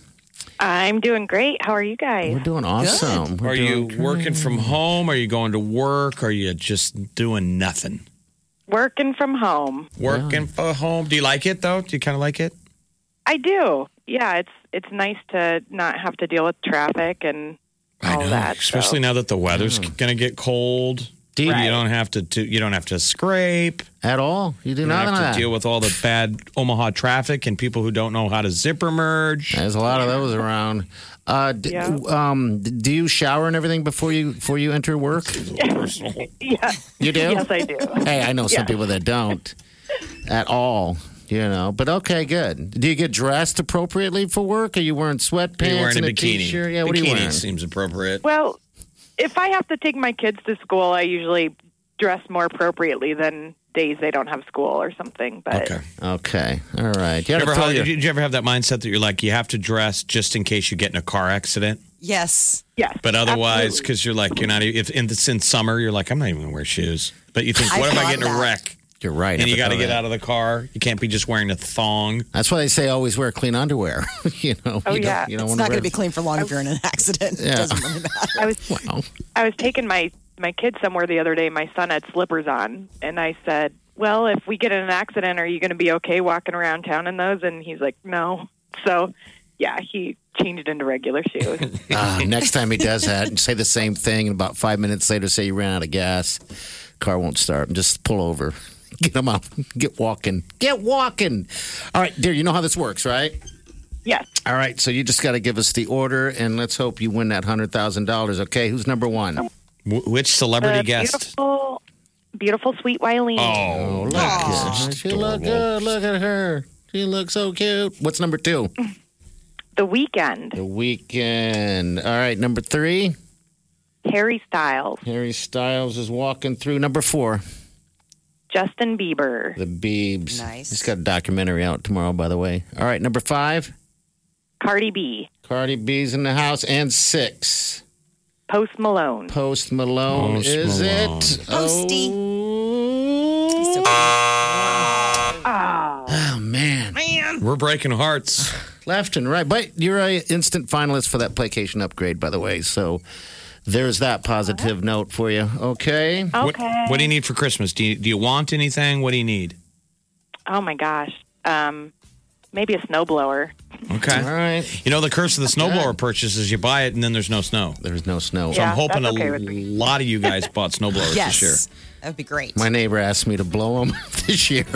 Speaker 12: I'm doing great. How are you guys?
Speaker 3: We're doing awesome. Um, We're
Speaker 4: Are you
Speaker 3: doing
Speaker 4: working from home? Are you going to work? Are you just doing nothing?
Speaker 12: Working from home.
Speaker 4: Working from home. Do you like it though? Do you kind of like it?
Speaker 12: I do. Yeah, it's it's nice to not have to deal with traffic and all that.
Speaker 4: Especially now that the weather's
Speaker 3: Hmm.
Speaker 4: going to get cold.
Speaker 3: Deep.
Speaker 4: You don't have to, do- you don't have to scrape
Speaker 3: at all. You do
Speaker 4: You don't
Speaker 3: none
Speaker 4: have
Speaker 3: of
Speaker 4: to
Speaker 3: that.
Speaker 4: deal with all the bad Omaha traffic and people who don't know how to zipper merge.
Speaker 3: There's a lot of those around. Uh, d-
Speaker 12: Yeah.
Speaker 3: um, d- do you shower and everything before you before you enter work?
Speaker 12: so. yeah.
Speaker 3: You do?
Speaker 12: Yes, I do.
Speaker 3: Hey, I know some
Speaker 12: Yeah.
Speaker 3: people that don't at all. You know, but okay, good. Do you get dressed appropriately for work? Are you wearing sweatpants
Speaker 4: Are you wearing a
Speaker 3: and a,
Speaker 4: bikini?
Speaker 3: t-shirt? Yeah, what are
Speaker 4: bikini
Speaker 3: you wearing?
Speaker 4: seems appropriate.
Speaker 12: Well, if I have to take my kids to school, I usually dress more appropriately than days they don't have school or something. But
Speaker 3: Okay, all right. You
Speaker 4: Did you,
Speaker 3: gotta
Speaker 4: ever
Speaker 3: throw
Speaker 4: have,
Speaker 3: your-
Speaker 4: did you ever have that mindset that you're like, you have to dress just in case you get in a car accident?
Speaker 5: Yes.
Speaker 12: Yes.
Speaker 4: But otherwise, because you're like, you're not, e, if in, it's in summer, you're like, I'm not even going to wear shoes. But you think,
Speaker 5: I
Speaker 4: what if I
Speaker 5: thought
Speaker 4: get in a
Speaker 5: that.
Speaker 4: wreck?
Speaker 3: You're right.
Speaker 4: And
Speaker 3: I
Speaker 4: you got to
Speaker 3: forgot
Speaker 4: get
Speaker 3: that.
Speaker 4: out of the car. You can't be just wearing a thong.
Speaker 3: That's why they say always wear clean underwear. you know,
Speaker 4: Oh,
Speaker 12: Oh,
Speaker 3: you don't- you don't
Speaker 5: it's
Speaker 3: want
Speaker 5: not
Speaker 3: to
Speaker 5: going to be clean for long if you're in an accident. It
Speaker 3: Yeah.
Speaker 5: doesn't really matter.
Speaker 12: I was I was taking my my kid somewhere the other day. My son had slippers on, and I said, "Well, if we get in an accident, are you going to be okay walking around town in those?" And he's like, "No." So, yeah, he changed into regular shoes.
Speaker 3: Ah, next time he does that, and say the same thing, and about five minutes later, say you ran out of gas, car won't start, and just pull over. Get them out. Get walking. Get walking. All right, dear, you know how this works, right?
Speaker 12: Yes.
Speaker 3: All right, so you just got to give us the order, and let's hope you win that $100,000. Okay, who's number one?
Speaker 4: Which celebrity
Speaker 12: The Uh, Beautiful, beautiful, sweet Wileen.
Speaker 3: Oh, look. she look good. Look at her. She looks so cute. What's number two?
Speaker 12: The Weekend.
Speaker 3: The Weekend. All right, number three.
Speaker 12: Harry Styles.
Speaker 3: Harry Styles is walking through. Number four.
Speaker 12: Justin Bieber.
Speaker 3: The Biebs. Nice. He's got a documentary out tomorrow, by the way. All right, number five.
Speaker 12: Cardi B.
Speaker 3: Cardi B's in the house. And six.
Speaker 12: Post Malone.
Speaker 3: Post Malone.
Speaker 12: Post
Speaker 3: is
Speaker 12: Malone.
Speaker 3: it?
Speaker 12: Posty.
Speaker 3: Oh.
Speaker 12: Ah.
Speaker 3: Oh, man.
Speaker 4: Man. We're breaking hearts.
Speaker 3: Left and right. But you're a instant finalist for that placation upgrade, by the way. So there's that positive note for you. Okay.
Speaker 4: What, what do you need for Christmas? Do you, do you want anything? What do you need?
Speaker 12: Oh my gosh. Um, maybe a snowblower.
Speaker 4: Okay. All
Speaker 3: right.
Speaker 4: You know, the curse of the snowblower purchase is you buy it and then there's no snow.
Speaker 3: There's no snow.
Speaker 4: So I'm
Speaker 5: Yeah,
Speaker 4: hoping
Speaker 5: that's okay
Speaker 4: a
Speaker 5: with
Speaker 4: lot of you guys bought snowblowers this
Speaker 5: yes.
Speaker 4: year.
Speaker 5: That would be great.
Speaker 3: My neighbor asked me to blow them this year.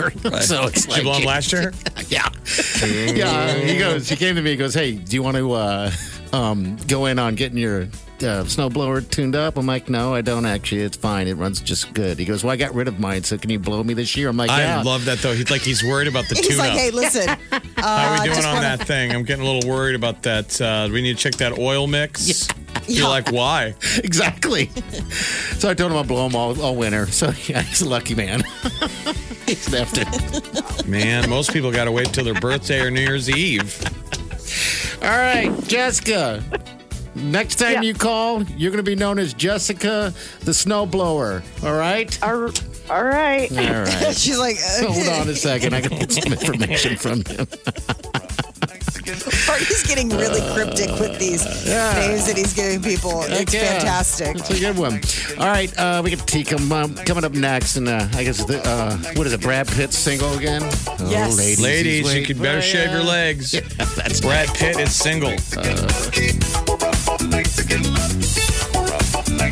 Speaker 3: So it's
Speaker 4: Did you blow 'em last year?
Speaker 3: yeah. yeah. He goes, he came to me, he goes, Hey, do you want to uh, um, go in on getting your uh, snowblower tuned up? I'm like, No, I don't actually. It's fine. It runs just good. He goes, Well, I got rid of mine. So can you blow me this year? I'm like,
Speaker 4: I
Speaker 3: Yeah.
Speaker 4: love that though. He's like he's worried about the
Speaker 5: He's
Speaker 4: tune-up.
Speaker 5: like, hey, listen. Uh,
Speaker 4: How are we
Speaker 5: I
Speaker 4: doing
Speaker 5: just
Speaker 4: on
Speaker 5: wanna-
Speaker 4: that thing? I'm getting a little worried about that. Uh, we need to check that oil mix. You're
Speaker 3: Yeah.
Speaker 4: like, why?
Speaker 3: exactly. so I told him I'll blow him all, all winter. So yeah, he's a lucky man. he's left it.
Speaker 4: Man, most people got to wait till their birthday or New Year's Eve.
Speaker 3: All right, Jessica. Next time you call, you're going to be known as Jessica the Snowblower. All right?
Speaker 12: All right.
Speaker 3: All right.
Speaker 5: She's like, uh,
Speaker 3: hold on a second. I got to get some information from you.
Speaker 5: He's getting really cryptic with these names that he's giving people. It's
Speaker 3: Okay.
Speaker 5: fantastic.
Speaker 3: It's a good one. All right, uh, we got Tika um, coming up next, and uh, I guess the, uh, what is it? Brad Pitt's single again? Oh,
Speaker 4: Yes.
Speaker 3: ladies,
Speaker 4: Ladies,
Speaker 3: he's
Speaker 4: you
Speaker 3: waiting
Speaker 4: could better
Speaker 3: for
Speaker 4: shave
Speaker 3: ya.
Speaker 4: your legs.
Speaker 3: Yeah, that's Uh,
Speaker 4: Brad Pitt is single.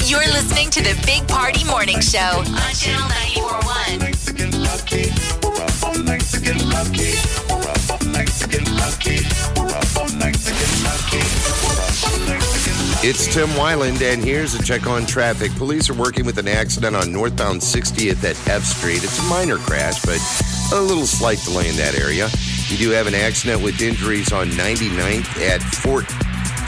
Speaker 2: You're listening to the Big Party Morning Show on Channel 941.
Speaker 13: It's Tim Wyland, and here's a check on traffic. Police are working with an accident on northbound 60th at F Street. It's a minor crash, but a little slight delay in that area. We do have an accident with injuries on 99th at Fort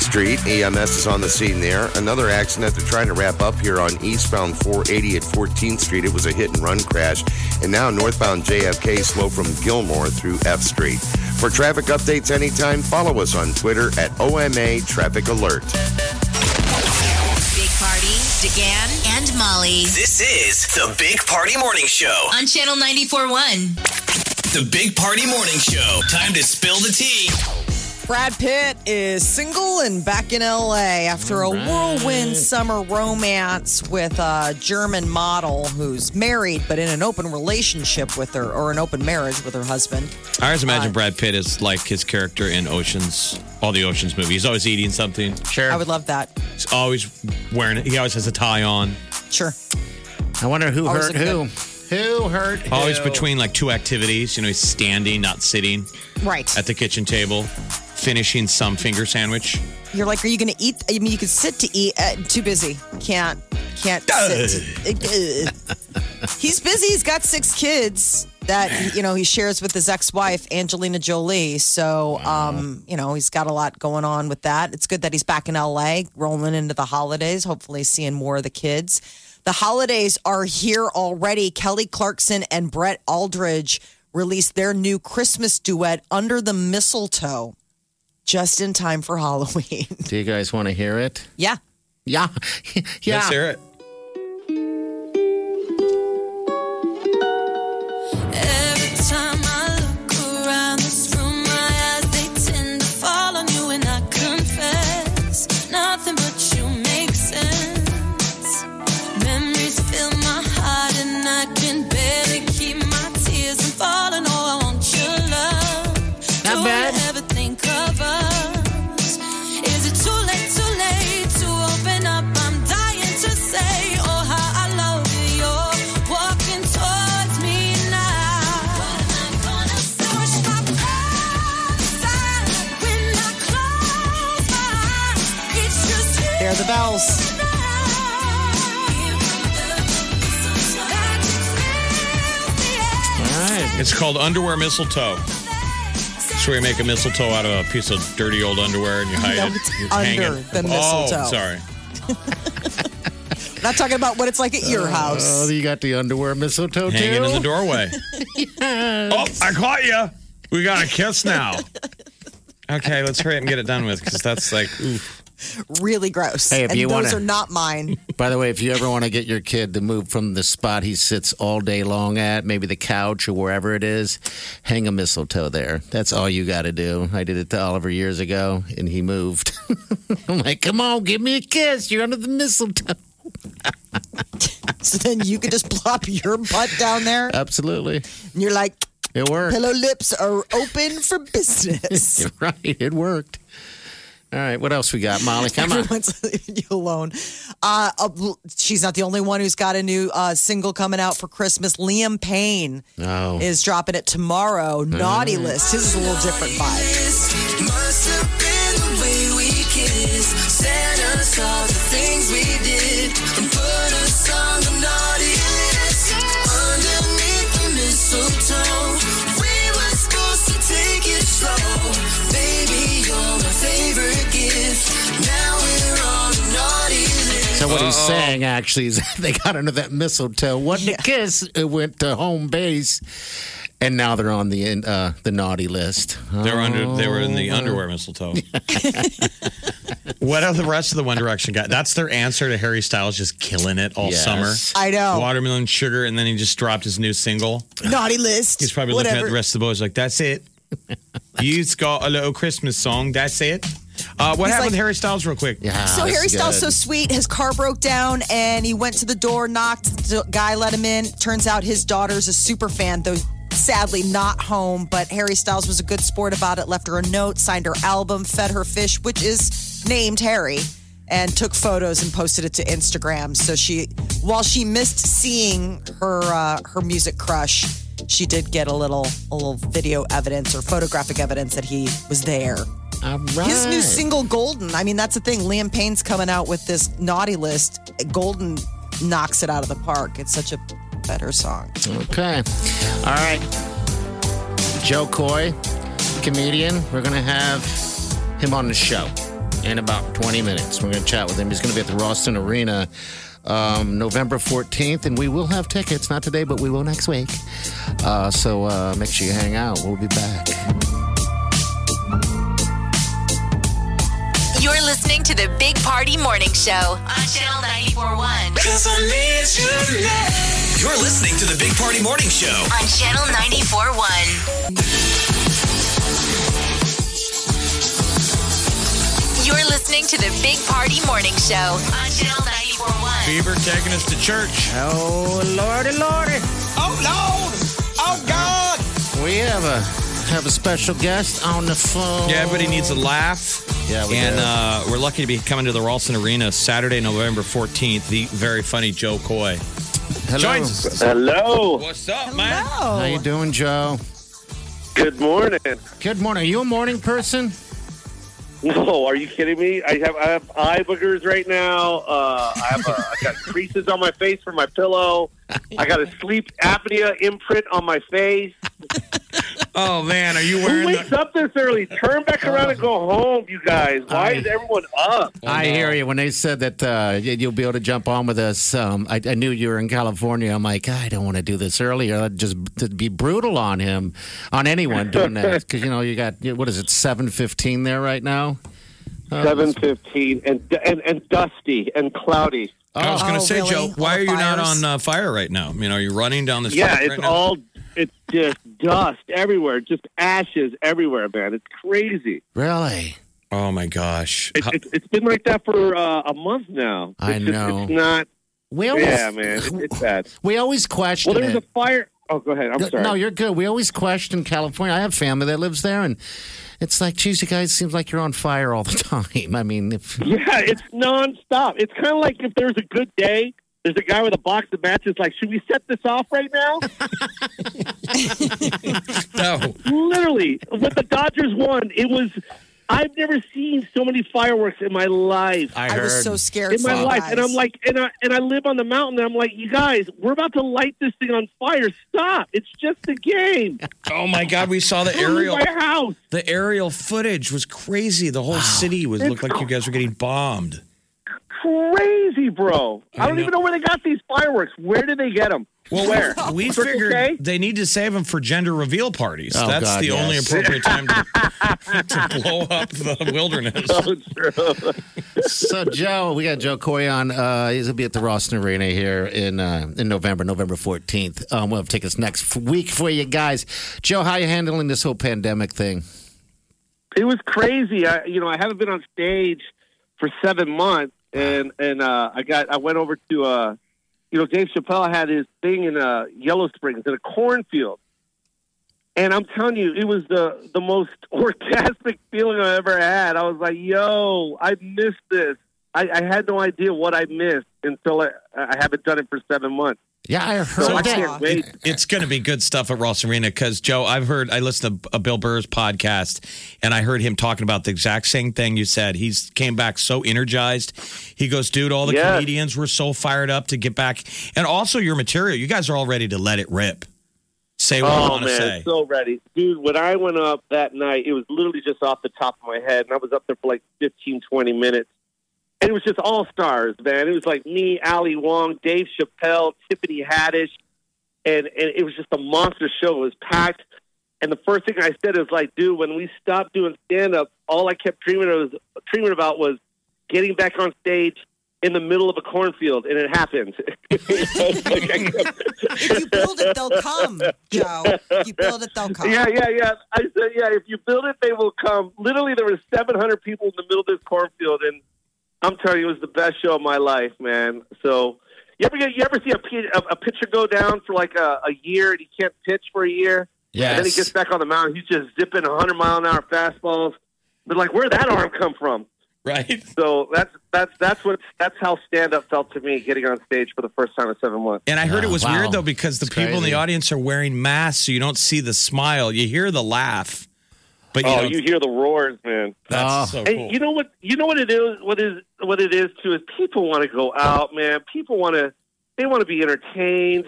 Speaker 13: Street. EMS is on the scene there. Another accident they're trying to wrap up here on eastbound 480 at 14th Street. It was a hit and run crash. And now northbound JFK slow from Gilmore through F Street. For traffic updates anytime, follow us on Twitter at OMA Traffic Alert.
Speaker 2: Big Party, DeGan, and Molly
Speaker 8: This is the Big Party Morning Show.
Speaker 2: on Channel 941.
Speaker 8: The Big Party Morning Show. Time to spill the tea.
Speaker 5: Brad Pitt is single and back in LA after a whirlwind summer romance with a German model who's married but in an open relationship with her or an open marriage with her husband.
Speaker 4: I always imagine Brad Pitt is like his character in Oceans, all the Oceans movies. He's always eating something.
Speaker 5: Sure. I would love that.
Speaker 4: He's always wearing it. He always has a tie on.
Speaker 5: Sure.
Speaker 3: I wonder who
Speaker 4: Always
Speaker 3: hurt
Speaker 4: a
Speaker 3: who. Who hurt who?
Speaker 4: Always between like two activities. You know, he's standing, not sitting.
Speaker 5: Right.
Speaker 4: At the kitchen table, finishing some finger sandwich.
Speaker 5: You're like, are you going to eat? I mean, you could sit to eat. Uh, too busy. Can't. Can't sit. to- Uh, he's busy. He's got six kids that you know he shares with his ex-wife Angelina Jolie. So, um, you know, he's got a lot going on with that. It's good that he's back in LA, rolling into the holidays. Hopefully, seeing more of the kids. The holidays are here already. Kelly Clarkson and Brett Aldridge released their new Christmas duet, Under the Mistletoe, just in time for Halloween.
Speaker 3: Do you guys want to hear it?
Speaker 5: Yeah.
Speaker 3: Yeah. yeah.
Speaker 4: Let's hear it.
Speaker 6: Every time I look around this room, my eyes they tend to fall on you, and I confess nothing but you make sense. Memories fill my heart, and I can barely keep my tears from falling. Oh, I want your love.
Speaker 3: Not
Speaker 6: Don't
Speaker 3: bad.
Speaker 6: ever think of us. Is it too late, too late to open up? I'm dying to say oh,
Speaker 5: the bells.
Speaker 4: It's called underwear mistletoe. So you make a mistletoe out of a piece of dirty old underwear and you hide
Speaker 5: No,
Speaker 4: it.
Speaker 5: it's
Speaker 4: You hang
Speaker 5: under
Speaker 4: it.
Speaker 5: the mistletoe.
Speaker 4: Oh, sorry.
Speaker 5: Not talking about what it's like at your house.
Speaker 3: Oh, you got the underwear mistletoe
Speaker 4: Hanging
Speaker 3: too?
Speaker 4: in the doorway.
Speaker 3: Uh,
Speaker 4: Oh, I caught you. We got a kiss now. Okay, let's hurry up and get it done with because that's like, oof.
Speaker 5: Really gross.
Speaker 3: Hey, if
Speaker 5: and
Speaker 3: you
Speaker 5: those
Speaker 3: wanna-
Speaker 5: are not mine.
Speaker 3: By the way, if you ever want to get your kid to move from the spot he sits all day long at, maybe the couch or wherever it is, hang a mistletoe there. That's all you got to do. I did it to Oliver years ago, and he moved. I'm like, come on, give me a kiss. You're under the mistletoe.
Speaker 5: So then you could just plop your butt down there.
Speaker 3: Absolutely.
Speaker 5: And you're like,
Speaker 3: Uh, It worked.
Speaker 5: pillow lips are open for business.
Speaker 3: You're right. It worked. All right. What else we got, Molly? Come on.
Speaker 5: Everyone's leaving you alone. Uh, uh, she's not the only one who's got a new uh, single coming out for Christmas. Liam Payne
Speaker 3: Oh. Mm.
Speaker 5: is dropping it tomorrow. Naughty List. His is a little different vibe.
Speaker 6: Must have been the way we kissed. Santa saw the things we did and put us on the naughty list. Underneath the mistletoe, we were supposed to take it slow. Baby, you're my favorite gift. Now we're on the naughty list.
Speaker 3: So what he's
Speaker 6: Uh-oh.
Speaker 3: saying actually is they got under that mistletoe, wasn't a kiss. It went to home base, and now they're on the in- uh, the naughty list.
Speaker 4: They're under. They were in the
Speaker 3: Oh.
Speaker 4: underwear mistletoe. what are the rest of the One Direction guys? That's their answer to Harry Styles just killing it all
Speaker 5: Yes.
Speaker 4: summer.
Speaker 5: I know.
Speaker 4: Watermelon Sugar, and then he just dropped his new single.
Speaker 5: Naughty List.
Speaker 4: He's probably
Speaker 5: whatever.
Speaker 4: looking at the rest of the boys like, that's it. You've got a little Christmas song. That's it. Uh, what
Speaker 5: He's
Speaker 4: happened
Speaker 5: like-
Speaker 4: to Harry Styles, real quick? Yeah.
Speaker 5: So Harry Styles so sweet. His car broke down, and he went to the door, knocked. The guy let him in. Turns out his daughter's a super fan, though sadly not home. But Harry Styles was a good sport about it. Left her a note, signed her album, fed her fish, which is named Harry, and took photos and posted it to Instagram. So she, while she missed seeing her uh, her music crush. She did get a little, a little video evidence or photographic evidence that he was there. His new single, Golden. I mean, that's the thing. Liam Payne's coming out with this naughty list. Golden knocks it out of the park. It's such a better song.
Speaker 3: Okay. All right. Joe Coy, comedian. We're going to have him on the show in about 20 minutes. We're going to chat with him. He's going to be at the Ralston Arena um, November 14th, and we will have tickets. Not today, but we will next week. Uh, so uh, make sure you hang out. We'll be back.
Speaker 2: You're listening to the Big Party Morning Show on Channel 941.
Speaker 8: You're listening to the Big Party Morning Show.
Speaker 2: On Channel 941. You're listening to the Big Party Morning Show on Channel 941.
Speaker 4: Bieber taking us to church.
Speaker 3: Oh, Lordy, Lordy.
Speaker 2: Oh, Lord.
Speaker 3: Oh, God. We have a have a special guest on the phone.
Speaker 4: Yeah, everybody needs a laugh.
Speaker 3: Yeah, we
Speaker 4: and
Speaker 3: do.
Speaker 4: Uh, we're lucky to be coming to the Ralston Arena Saturday, November 14th. The very funny Joe Coy.
Speaker 3: Hello.
Speaker 4: Joins us.
Speaker 3: Hello.
Speaker 4: What's up, man?
Speaker 3: How you doing, Joe?
Speaker 14: Good morning.
Speaker 3: Good morning. Are you a morning person?
Speaker 14: No, are you kidding me? I have I have eye boogers right now. Uh, I have a, I got creases on my face from my pillow. I got a sleep apnea imprint on my face.
Speaker 4: Oh man, are you
Speaker 14: Who wakes up this early? Turn back around and go home, you guys. Why is everyone up?
Speaker 3: I hear you. When they said that uh, y- you'll be able to jump on with us, um, I, I knew you were in California. I'm like, I don't want to do this earlier. That'd just that'd be brutal on him, on anyone doing that, because you know you got what is it, seven fifteen there right now?
Speaker 4: Oh.
Speaker 3: Uh,
Speaker 14: Seven fifteen and and and dusty and cloudy.
Speaker 4: I was going
Speaker 14: Oh,
Speaker 4: to say, Joe, why are you not on uh, fire right now? I mean, are you running down this?
Speaker 14: Yeah,
Speaker 4: track
Speaker 14: it's
Speaker 4: right now?
Speaker 14: all it's just dust everywhere, just ashes everywhere, man. It's crazy.
Speaker 3: Really?
Speaker 4: Oh my gosh!
Speaker 14: It, it, it's been like that for uh, a month now. It's
Speaker 3: I
Speaker 14: just-
Speaker 3: know.
Speaker 14: it's not.
Speaker 3: We always-
Speaker 14: yeah, man, it's, it's bad.
Speaker 3: We always question.
Speaker 14: Well, there was
Speaker 3: it.
Speaker 14: a fire. Oh, go ahead. I'm sorry.
Speaker 3: No, you're good. We always question California. I have family that lives there, and it's like, geez, you guys seems like you're on fire all the time. I mean, if,
Speaker 14: Yeah, it's nonstop. It's kind of like if there's a good day, there's a guy with a box of matches. Like, should we set this off right now?
Speaker 4: no.
Speaker 14: Literally, when the Dodgers won, it was I've never seen so many fireworks in my life.
Speaker 5: I I was heard. so scared
Speaker 14: in my
Speaker 5: for you
Speaker 14: life,
Speaker 5: guys.
Speaker 14: and I'm like, and I and I live on the mountain. And I'm like, you guys, we're about to light this thing on fire. Stop! It's just a game.
Speaker 4: Oh my God, we saw the
Speaker 14: Don't leave
Speaker 4: aerial.
Speaker 14: my house.
Speaker 4: The aerial footage was crazy. The whole city was looked like you guys were getting bombed.
Speaker 14: Crazy, bro. I,
Speaker 4: I
Speaker 14: don't
Speaker 4: know.
Speaker 14: even know where they got these fireworks. Where did they get them? where?
Speaker 4: we
Speaker 14: Circle
Speaker 4: figured
Speaker 14: K?
Speaker 4: they need to save them for gender reveal parties.
Speaker 3: Oh,
Speaker 4: That's
Speaker 3: God,
Speaker 4: the only
Speaker 3: yes.
Speaker 4: appropriate time to, to blow up the wilderness.
Speaker 14: Oh,
Speaker 3: so Joe, we got Joe Corey on. Uh, he's gonna be at the Ross Arena here in uh, in November, November fourteenth. Um, we'll have tickets next f- week for you guys. Joe, how you handling this whole pandemic thing?
Speaker 14: it was crazy. I, you know, I haven't been on stage for seven months, and and uh, I got I went over to uh, you know Dave Chappelle had his thing in uh, Yellow Springs in a cornfield, and I'm telling you, it was the the most orgasmic feeling I ever had. I was like, yo, I missed this. I, I had no idea what I missed until I, I haven't done it for seven months.
Speaker 3: Yeah, I
Speaker 14: heard So I that. can't wait.
Speaker 4: It- it's going to be good stuff at Ross Arena because Joe, I've heard I listened to a Bill Burr's podcast and I heard him talking about the exact same thing you said. He's came back so energized. He goes, dude, all the
Speaker 14: Yes.
Speaker 4: comedians were so fired up to get back, and also your material. You guys are all ready to let it rip. Say what you
Speaker 14: oh
Speaker 4: want to
Speaker 14: man,
Speaker 4: say.
Speaker 14: so ready, dude. When I went up that night, it was literally just off the top of my head, and I was up there for like 15, 20 minutes, and it was just all stars, man. It was like me, Ali Wong, Dave Chappelle, Tiffany Haddish, and and it was just a monster show. It was packed, and the first thing I said is like, dude, when we stopped doing stand up, all I kept dreaming of was dreaming about was getting back on stage. In the middle of a cornfield, and it happened. if you build it, they'll come, Joe.
Speaker 5: You build it, they'll come.
Speaker 14: Yeah, yeah, yeah. I said, yeah, if you build it, they will come. Literally, there were 700 people in the middle of this cornfield, and I'm telling you, it was the best show of my life, man. So, you ever get, you ever see a, pe- a, a pitcher go down for like a, a year and he can't pitch for a year?
Speaker 3: Yes.
Speaker 14: And then he gets back on the mound, he's just zipping 100 mile an hour fastballs. But like, where'd that arm come from?
Speaker 4: Right.
Speaker 14: So that's that's that's what that's how stand up felt to me getting on stage for the first time in seven months.
Speaker 4: And I heard it was weird though because the people in the audience are wearing masks, so you don't see the smile. You hear the laugh, but you
Speaker 14: oh,
Speaker 4: don't-
Speaker 14: you hear the roars, man.
Speaker 4: That's so
Speaker 14: And
Speaker 4: cool.
Speaker 14: you know what? You know what it is. What is what it is too is people want to go out, man. People want to. They want to be entertained.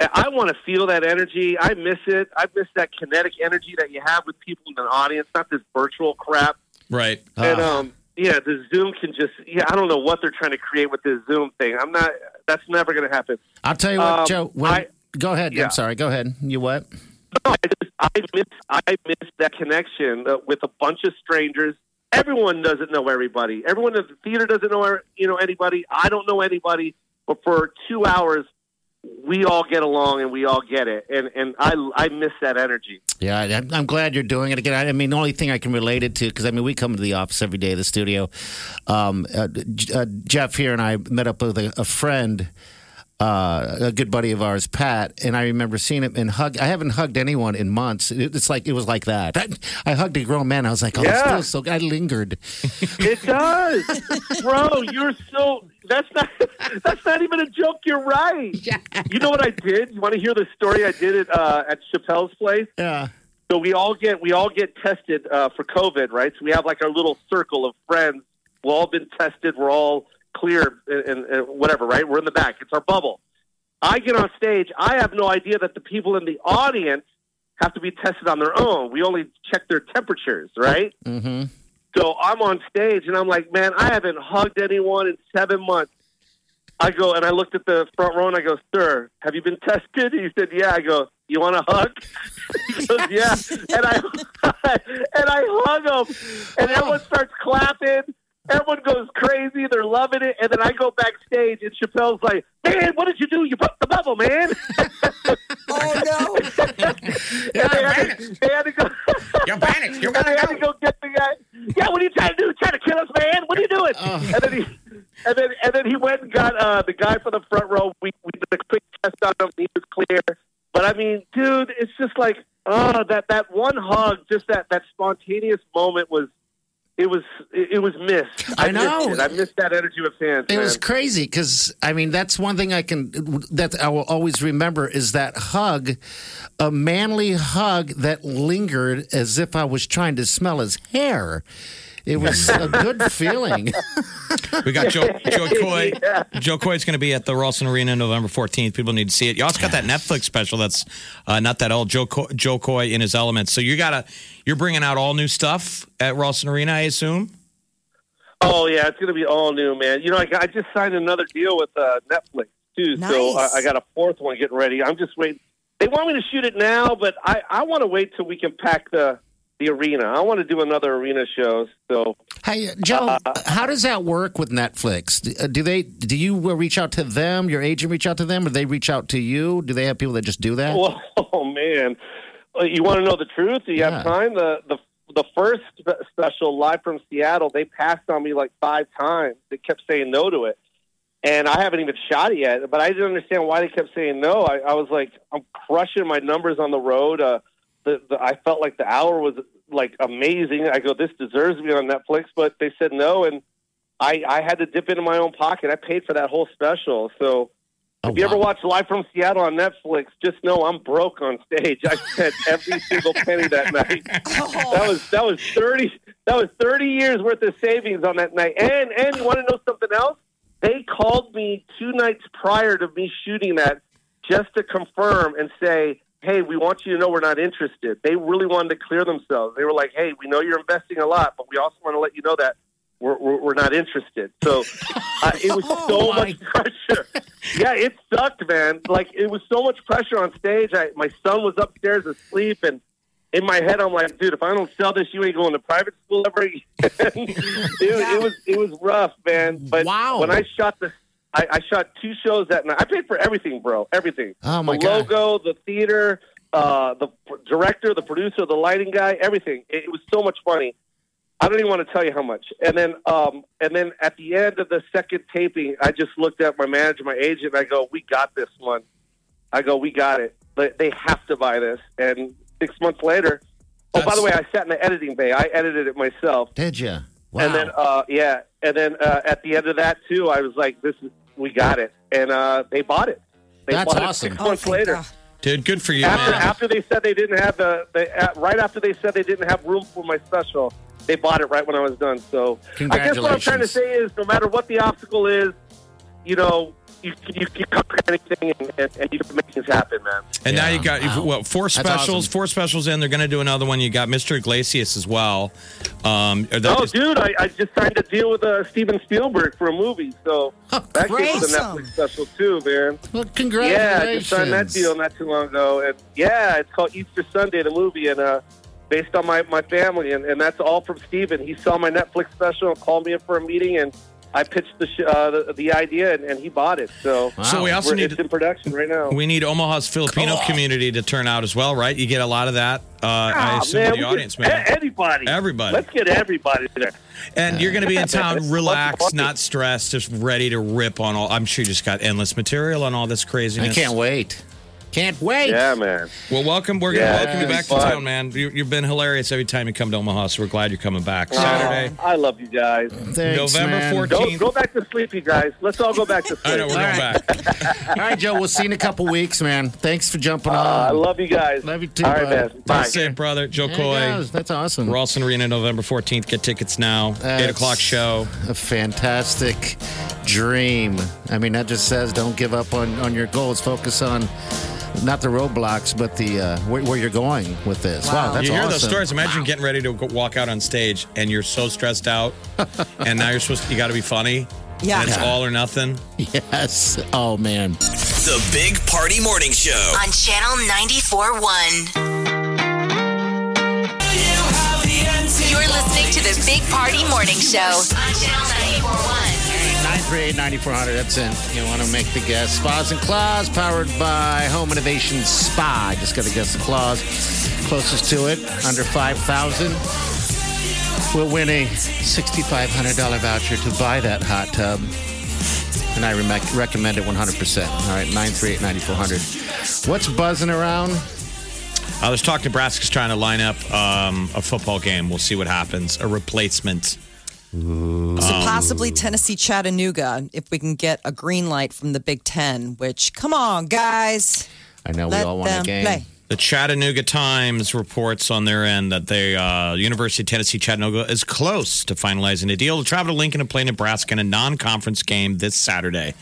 Speaker 14: I- I want to feel that energy. I miss it. I miss that kinetic energy that you have with people in an audience, not this virtual crap.
Speaker 4: right?
Speaker 14: And um, yeah, the Zoom can just. Yeah, I don't know what they're trying to create with this Zoom thing. I'm not. That's never going to happen.
Speaker 3: I'll tell you what,
Speaker 14: Um,
Speaker 3: Joe. When,
Speaker 14: I-
Speaker 3: go ahead.
Speaker 14: yeah.
Speaker 3: I'm sorry. Go ahead. You what?
Speaker 14: I miss I miss that connection uh, with a bunch of strangers. Everyone doesn't know everybody. Everyone in the theater doesn't know you know anybody. I don't know anybody. But for two hours, we all get along and we all get it. And and I I miss that energy.
Speaker 3: Yeah, I- I'm I'm glad you're doing it again. I I mean, the only thing I can relate it to, because I mean, we come to the office every day, the studio. Um, uh, J- uh, Jeff here and I met up with a, a friend, uh, a good buddy of ours, Pat, and I remember seeing him and hug. I haven't hugged anyone in months. It, it's like it was like that. That- I hugged a grown man. I was like, oh, this
Speaker 14: Yeah.
Speaker 3: feels so. I lingered.
Speaker 14: It does, bro. You're so that's not that's not even a joke. You're right. You know what I did? You want to hear the story I did at uh, at Chappelle's place?
Speaker 3: Yeah.
Speaker 14: So we all get we all get tested uh, for COVID, right? So we have like our little circle of friends. We've all been tested. We're all clear and, and, and whatever, right? We're in the back. It's our bubble. I get on stage. I have no idea that the people in the audience have to be tested on their own. We only check their temperatures, right?
Speaker 3: Mm-hmm.
Speaker 14: So I'm on stage and I'm like, man, I haven't hugged anyone in seven months. I go and I looked at the front row and I go, sir, have you been tested? He said, yeah. I go, you want a hug? he goes, yeah. And I and I hug him, and everyone starts clapping. Everyone goes crazy. They're loving it. And then I go backstage, and Chappelle's like, "Man, what did you do? You broke the bubble, man!" oh no! yeah, they, had to, they had to go. You're panicked. You're they had to go get the guy. Yeah, what are you trying to do? Trying to kill us, man? What are you doing? And then he. And then, and then he went and got uh, the guy from the front row. We, we did a quick test on him. He was clear. But I mean, dude, it's just like, oh, that that one hug, just that that spontaneous moment was It was it was missed.
Speaker 3: I know.
Speaker 14: missed it. I missed that energy of fans.
Speaker 3: It
Speaker 14: man.
Speaker 3: was crazy because I mean that's one thing I can that I will always remember is that hug, a manly hug that lingered as if I was trying to smell his hair. It was a good feeling.
Speaker 4: We got Joe, Joe Coy. Joe Coy's going to be at the Ralston Arena November 14th. People need to see it. You also got that Netflix special that's uh, not that old. Joe Coy, Joe Coy in his element. So you got to you're bringing out all new stuff at Ralston Arena, I assume.
Speaker 14: Oh yeah, it's gonna be all new, man. You know, I, I just signed another deal with uh, Netflix too, so I, I got a fourth one getting ready. I'm just waiting. They want me to shoot it now, but I, I want to wait till we can pack the the arena. I want to do another arena show. So Uh,
Speaker 3: Hey Joe, how does that work with Netflix? Do- uh, Do they do you uh, reach out to them? Your agent reach out to them, or they reach out to you? Do they have people that just do that?
Speaker 14: Oh man, Uh, you want to know the truth? Do you have time? The the the first spe- special live from Seattle, they passed on me like five times. They kept saying no to it, and I haven't even shot it yet. But I didn't understand why they kept saying no. I, I was like, I'm crushing my numbers on the road. Uh, the, the I felt like the hour was like amazing. I go, this deserves to be on Netflix, but they said no, and I I had to dip into my own pocket. I paid for that whole special, so if you ever watch Live from Seattle on Netflix, just know I'm broke on stage. I spent every single penny that night. That was that was thirty that was thirty years worth of savings on that night. And and you want to know something else? They called me two nights prior to me shooting that just to confirm and say, "Hey, we want you to know we're not interested." They really wanted to clear themselves. They were like, "Hey, we know you're investing a lot, but we also want to let you know that." We're, we're, we're not interested. So uh, it was so much pressure yeah, it sucked, man. Like it was so much pressure on stage. I my son was upstairs asleep, and in my head, I'm like, dude, if I don't sell this, you ain't going to private school ever. again." dude, it was it was rough, man. But wow. when I shot the, I, I shot two shows that night. I paid for everything, bro. Everything.
Speaker 3: Oh,
Speaker 14: the
Speaker 3: my God.
Speaker 14: logo, the theater, uh, the pr- director, the producer, the lighting guy, everything. It, it was so much money. I don't even want to tell you how much. And then, um, and then at the end of the second taping, I just looked at my manager, my agent. And I go, "We got this one." I go, "We got it." But they have to buy this. And six months later, oh, by the way, I sat in the editing bay. I edited it myself.
Speaker 3: Did you?
Speaker 14: And then, uh, yeah, and then uh, at the end of that too, I was like, "This is we got it," and uh, they bought it. They
Speaker 4: That's
Speaker 14: bought
Speaker 4: awesome.
Speaker 14: It six months later,
Speaker 4: Dude, good for you,
Speaker 14: after
Speaker 4: man.
Speaker 14: after they said they didn't have the, the uh, right after they said they didn't have room for my special, they bought it right when I was done. So I guess what I'm trying to
Speaker 3: Congratulations.
Speaker 14: say is, no matter what the obstacle is, you know, you you can conquer anything and, and, and you can make things happen, man.
Speaker 4: And now you got you've- what four
Speaker 14: That's
Speaker 4: specials? Four specials in. They're going to do another one. You got Mr. Iglesias as well. Um, are
Speaker 14: Oh,
Speaker 4: those-
Speaker 14: dude, I, I just signed a deal with uh, Steven Spielberg for a movie, so that came with a
Speaker 3: awesome.
Speaker 14: Netflix special too, man.
Speaker 3: Well,
Speaker 14: Yeah, I just signed that
Speaker 3: congratulations.
Speaker 14: deal not too long ago, and yeah, it's called Easter Sunday, the movie, and uh, based on my my family, and, and that's all from Steven. He saw my Netflix special and called me in for a meeting, and I pitched the sh- uh, the, the idea, and, and he bought it. So,
Speaker 4: So we also
Speaker 14: we're-
Speaker 4: need
Speaker 14: it's in production right now.
Speaker 4: we need Omaha's Filipino community to turn out as well, right? You get a lot of that. Uh, I
Speaker 14: Ah,
Speaker 4: assume
Speaker 14: man, we
Speaker 4: with the
Speaker 14: get
Speaker 4: audience, man.
Speaker 14: a- Everybody,
Speaker 4: Everybody.
Speaker 14: Let's get everybody there.
Speaker 4: And you're going to be in town,
Speaker 14: It's
Speaker 4: relaxed, not stressed, just ready to rip on all. I'm sure you just got endless material on all this craziness.
Speaker 3: I can't wait. Can't wait.
Speaker 14: Yeah, man.
Speaker 4: Well, welcome. We're going to
Speaker 3: Yeah,
Speaker 4: welcome you
Speaker 3: it's
Speaker 4: back
Speaker 3: gonna be
Speaker 4: to
Speaker 3: fun.
Speaker 4: town, man. You, you've been hilarious every time you come to Omaha, so we're glad you're coming back.
Speaker 14: Oh,
Speaker 4: Saturday,
Speaker 14: I love you guys.
Speaker 4: November 14th.
Speaker 14: Go, go back to sleep, you guys. Let's all go back to sleep.
Speaker 4: I know, we're going back.
Speaker 3: All right, Joe. We'll see you in a couple weeks, man. Thanks for jumping on.
Speaker 14: Uh, I love you guys.
Speaker 3: Love you too.
Speaker 14: All right,
Speaker 3: bud.
Speaker 14: man.
Speaker 4: That's it, brother. Joe
Speaker 3: There he
Speaker 4: Coy.
Speaker 3: goes. That's awesome.
Speaker 4: Ralston Arena, November 14th. Get tickets now. 8
Speaker 3: That's
Speaker 4: o'clock show.
Speaker 3: A fantastic dream. I mean, that just says don't give up on, on your goals. Focus on not the roadblocks, but the uh, where, where you're going with this. Wow, that's
Speaker 4: you hear
Speaker 3: awesome.
Speaker 4: those stories. Imagine getting ready to go walk out on stage and you're so stressed out, and now you're supposed to, you got to be funny.
Speaker 8: Yeah.
Speaker 4: And it's all or nothing.
Speaker 3: Yes. Oh, man.
Speaker 8: The Big Party Morning Show.
Speaker 2: On Channel 94.1. You're listening to the Big Party Morning Show. On Channel 94.1.
Speaker 3: 938-9400. That's in. You want to make the guess. Spas and Claws, powered by Home Innovation Spa. Just got to guess the claws closest to it, under 5,000. We'll win a $6,500 voucher to buy that hot tub. And I rec- recommend it 100%. All right, 938-9400. What's buzzing around?
Speaker 4: Uh, there's talk Nebraska's trying to line up um, a football game. We'll see what happens. A replacement.
Speaker 5: So
Speaker 4: Um,
Speaker 5: possibly Tennessee Chattanooga if we can get a green light from the Big Ten, which, come on, guys.
Speaker 3: I know
Speaker 5: Let them play.
Speaker 4: The Chattanooga Times reports on their end that the uh, University of Tennessee Chattanooga is close to finalizing a deal to travel to Lincoln and play Nebraska in a non-conference game this Saturday.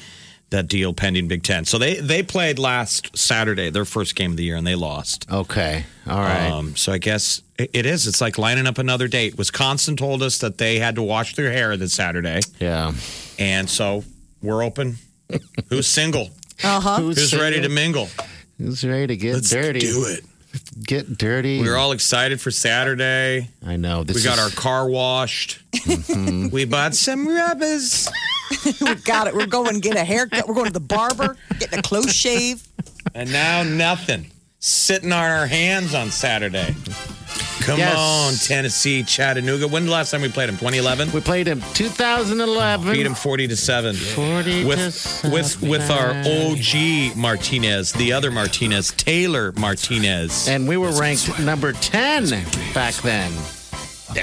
Speaker 4: That deal pending Big Ten. So they they played last Saturday, their first game of the year, and they lost.
Speaker 3: Okay, all right.
Speaker 4: Um, so I guess it, it is. It's like lining up another date. Wisconsin told us that they had to wash their hair this Saturday.
Speaker 3: Yeah,
Speaker 4: and so we're open. Who's single?
Speaker 5: Uh-huh.
Speaker 4: Who's, ready to mingle?
Speaker 3: Who's ready to get dirty?
Speaker 4: do it.
Speaker 3: Get dirty.
Speaker 4: We were all excited for Saturday.
Speaker 3: I know.
Speaker 4: we got our
Speaker 3: is- Mm-hmm.
Speaker 4: car washed. we bought some rubbers.
Speaker 5: we got it. We're going to get a haircut. We're going to the barber, getting a close shave.
Speaker 4: And now nothing. Sitting on our hands on Saturday. Come
Speaker 3: Yes.
Speaker 4: on, Tennessee, Chattanooga. When the last time we played him? 2011?
Speaker 3: We played him 2011.
Speaker 4: Beat him 40 to 7.
Speaker 3: 40
Speaker 4: with
Speaker 3: to
Speaker 4: with with our OG Martinez, the other Martinez, Taylor Martinez.
Speaker 3: And we were ranked number 10 back then.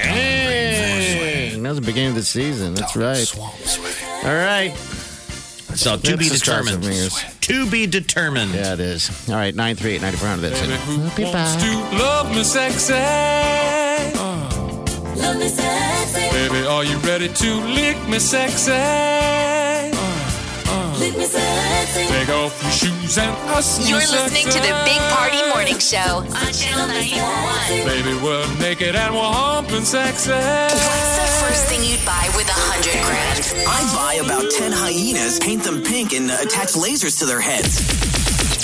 Speaker 3: Dang. That was the beginning of the season. That's right. All right.
Speaker 4: So to be
Speaker 3: That's the stars
Speaker 4: determined.
Speaker 3: of Vegas.
Speaker 4: To be determined.
Speaker 3: Yeah, it is. All right, 938 9400. That's it.
Speaker 6: Who wants to love me sexy? Uh. Love me sexy.
Speaker 8: Baby, are you ready to lick me sexy?
Speaker 6: Uh, Lick me sexy.
Speaker 8: Take off your shoes and us
Speaker 2: You're listening to the Big Party Morning Show on Channel 941.
Speaker 8: Baby, we're naked and we're humping sexy.
Speaker 2: What's the first thing you'd buy with a hundred grand?
Speaker 8: I buy about 10 hyenas, paint them pink, and uh, attach lasers to their heads.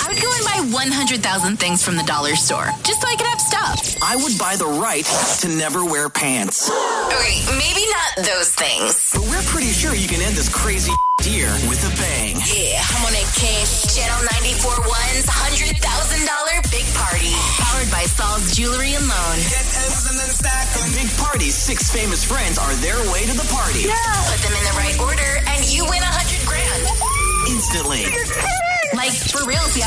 Speaker 2: I would go and buy 100,000 things from the dollar store just so I could have stuff.
Speaker 8: I would buy the right to never wear pants.
Speaker 2: Okay, maybe not those things.
Speaker 8: But we're pretty sure you can end this crazy year with a bang.
Speaker 2: Yeah, I'm on a cash. Channel 941's $100,000 Big Party. Powered by Saul's Jewelry and Loan.
Speaker 8: Big Party's six famous friends are their way to the party.
Speaker 2: Put them in the right order and you win 100 grand.
Speaker 8: Instantly.
Speaker 2: Like, for reals, yo.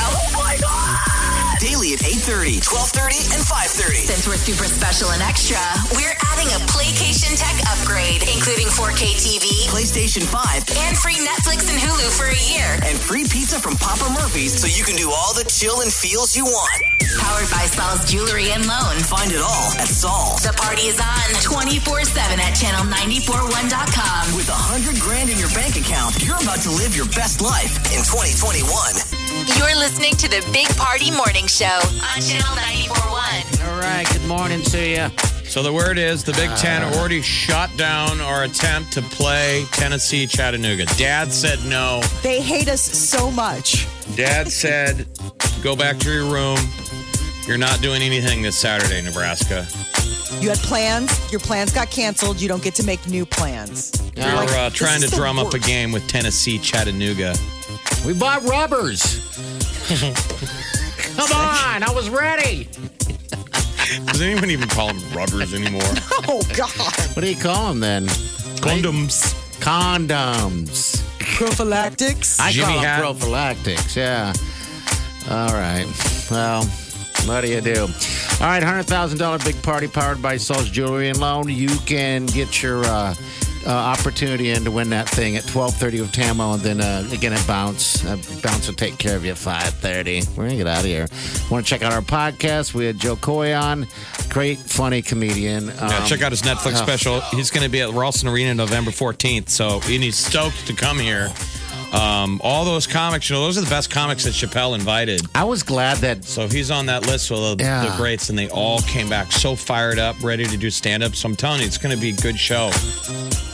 Speaker 8: Daily at 8.30, 12.30, and 5.30.
Speaker 2: Since we're super special and extra, we're adding a Playcation Tech upgrade, including 4K TV,
Speaker 8: PlayStation 5,
Speaker 2: and free Netflix and Hulu for a year.
Speaker 8: and free pizza from Papa Murphy's so you can do all the chill and feels you want.
Speaker 2: Powered by Saul's Jewelry and Loan.
Speaker 8: Find it all at Saul's.
Speaker 2: The party is on 24 7 at channel941.com.
Speaker 8: With 100 grand in your bank account, you're about to live your best life in 2021.
Speaker 2: You're listening to the Big Party Morning Show on Channel 941.
Speaker 3: All right, good morning to you.
Speaker 4: So the word is the Big Ten already shot down our attempt to play Tennessee Chattanooga. Dad said no.
Speaker 5: They hate us so much.
Speaker 4: Dad said, go back to your room. You're not doing anything this Saturday, Nebraska.
Speaker 5: You had plans, your plans got canceled. You don't get to make new plans.
Speaker 4: We were uh, trying to drum up a game with Tennessee Chattanooga.
Speaker 3: We bought rubbers. Come on, I was ready.
Speaker 4: Does anyone even call them rubbers anymore?
Speaker 5: Oh, God.
Speaker 3: What do you call them then?
Speaker 4: Condoms.
Speaker 3: Condoms.
Speaker 5: Prophylactics.
Speaker 3: I
Speaker 4: Jimmy
Speaker 3: call them
Speaker 4: hat.
Speaker 3: prophylactics. Yeah. All right. Well, what do you do? All right, hundred thousand dollar big party powered by Saul's Jewelry and Loan. You can get your uh, uh, opportunity in to win that thing at twelve thirty with Tamo, and then uh, again at Bounce. Uh, Bounce will take care of you at five thirty. We're gonna get out of here. Want to check out our podcast? We had Joe Coy on, great funny comedian.
Speaker 4: Yeah,
Speaker 3: Um,
Speaker 4: check out his Netflix
Speaker 3: uh,
Speaker 4: special. He's going to be at Ralston Arena November 14th. So, and he's stoked to come here. Um, all those comics, you know, those are the best comics that Chappelle invited.
Speaker 3: I was glad that
Speaker 4: So he's on that list with the,
Speaker 3: Yeah.
Speaker 4: the greats, and they all came back so fired up, ready to do stand up. So I'm telling you, it's going to be a good show.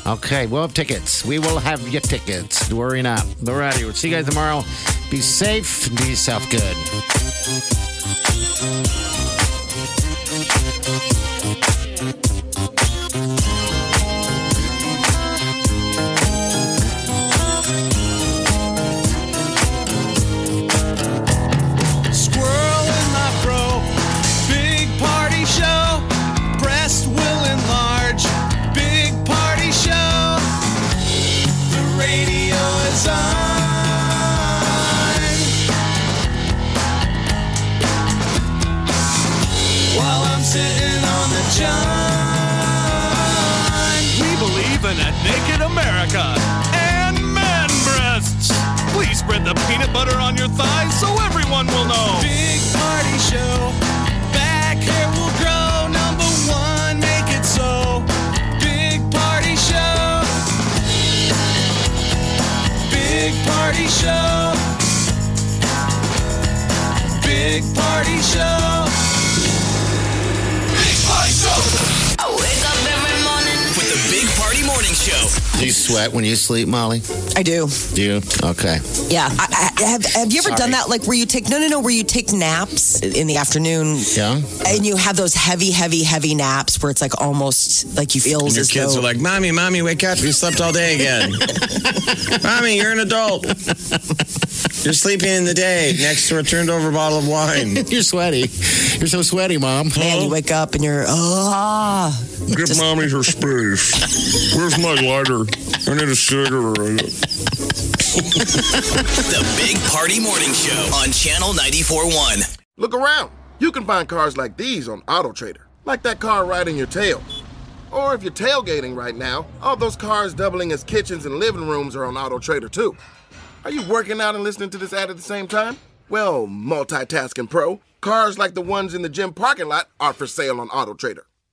Speaker 3: Okay, we'll have tickets. We will have your tickets. Worry not. All righty, we'll see you guys tomorrow. Be safe and do yourself good.
Speaker 8: Squirrel in my bro, big party show. Breast will enlarge, big party show. The radio is on.
Speaker 6: sitting on the john.
Speaker 15: We believe in a naked America and man breasts. Please spread the peanut butter on your thighs so everyone will know.
Speaker 6: Big party show. Back hair will grow. Number one, make it so. Big party show. Big party show. Big party show. Big party show.
Speaker 2: I wake up every morning.
Speaker 8: With the Big Party Morning Show.
Speaker 3: Do you sweat when you sleep, Molly?
Speaker 5: I do.
Speaker 3: Do you? Okay.
Speaker 5: Yeah. I, I, have, have you ever
Speaker 3: Sorry.
Speaker 5: done that? Like where you take, no, no, no, where you take naps in the afternoon.
Speaker 3: Yeah.
Speaker 5: And you have those heavy, heavy, heavy naps where it's like almost like you feel
Speaker 16: And your
Speaker 5: as
Speaker 16: kids
Speaker 5: though.
Speaker 16: are like, Mommy, Mommy, wake up. You slept all day again. mommy, you're an adult. You're sleeping in the day next to a turned over bottle of wine.
Speaker 3: you're sweaty. You're so sweaty, Mom.
Speaker 5: Man, you wake up and you're, ah.
Speaker 15: Give mommy her space. Where's my lighter? I need a cigarette.
Speaker 8: the Big Party Morning Show on Channel 94.1.
Speaker 11: Look around. You can find cars like these on AutoTrader, like that car right in your tail. Or if you're tailgating right now, all those cars doubling as kitchens and living rooms are on AutoTrader too. Are you working out and listening to this ad at the same time? Well, multitasking pro, cars like the ones in the gym parking lot are for sale on AutoTrader.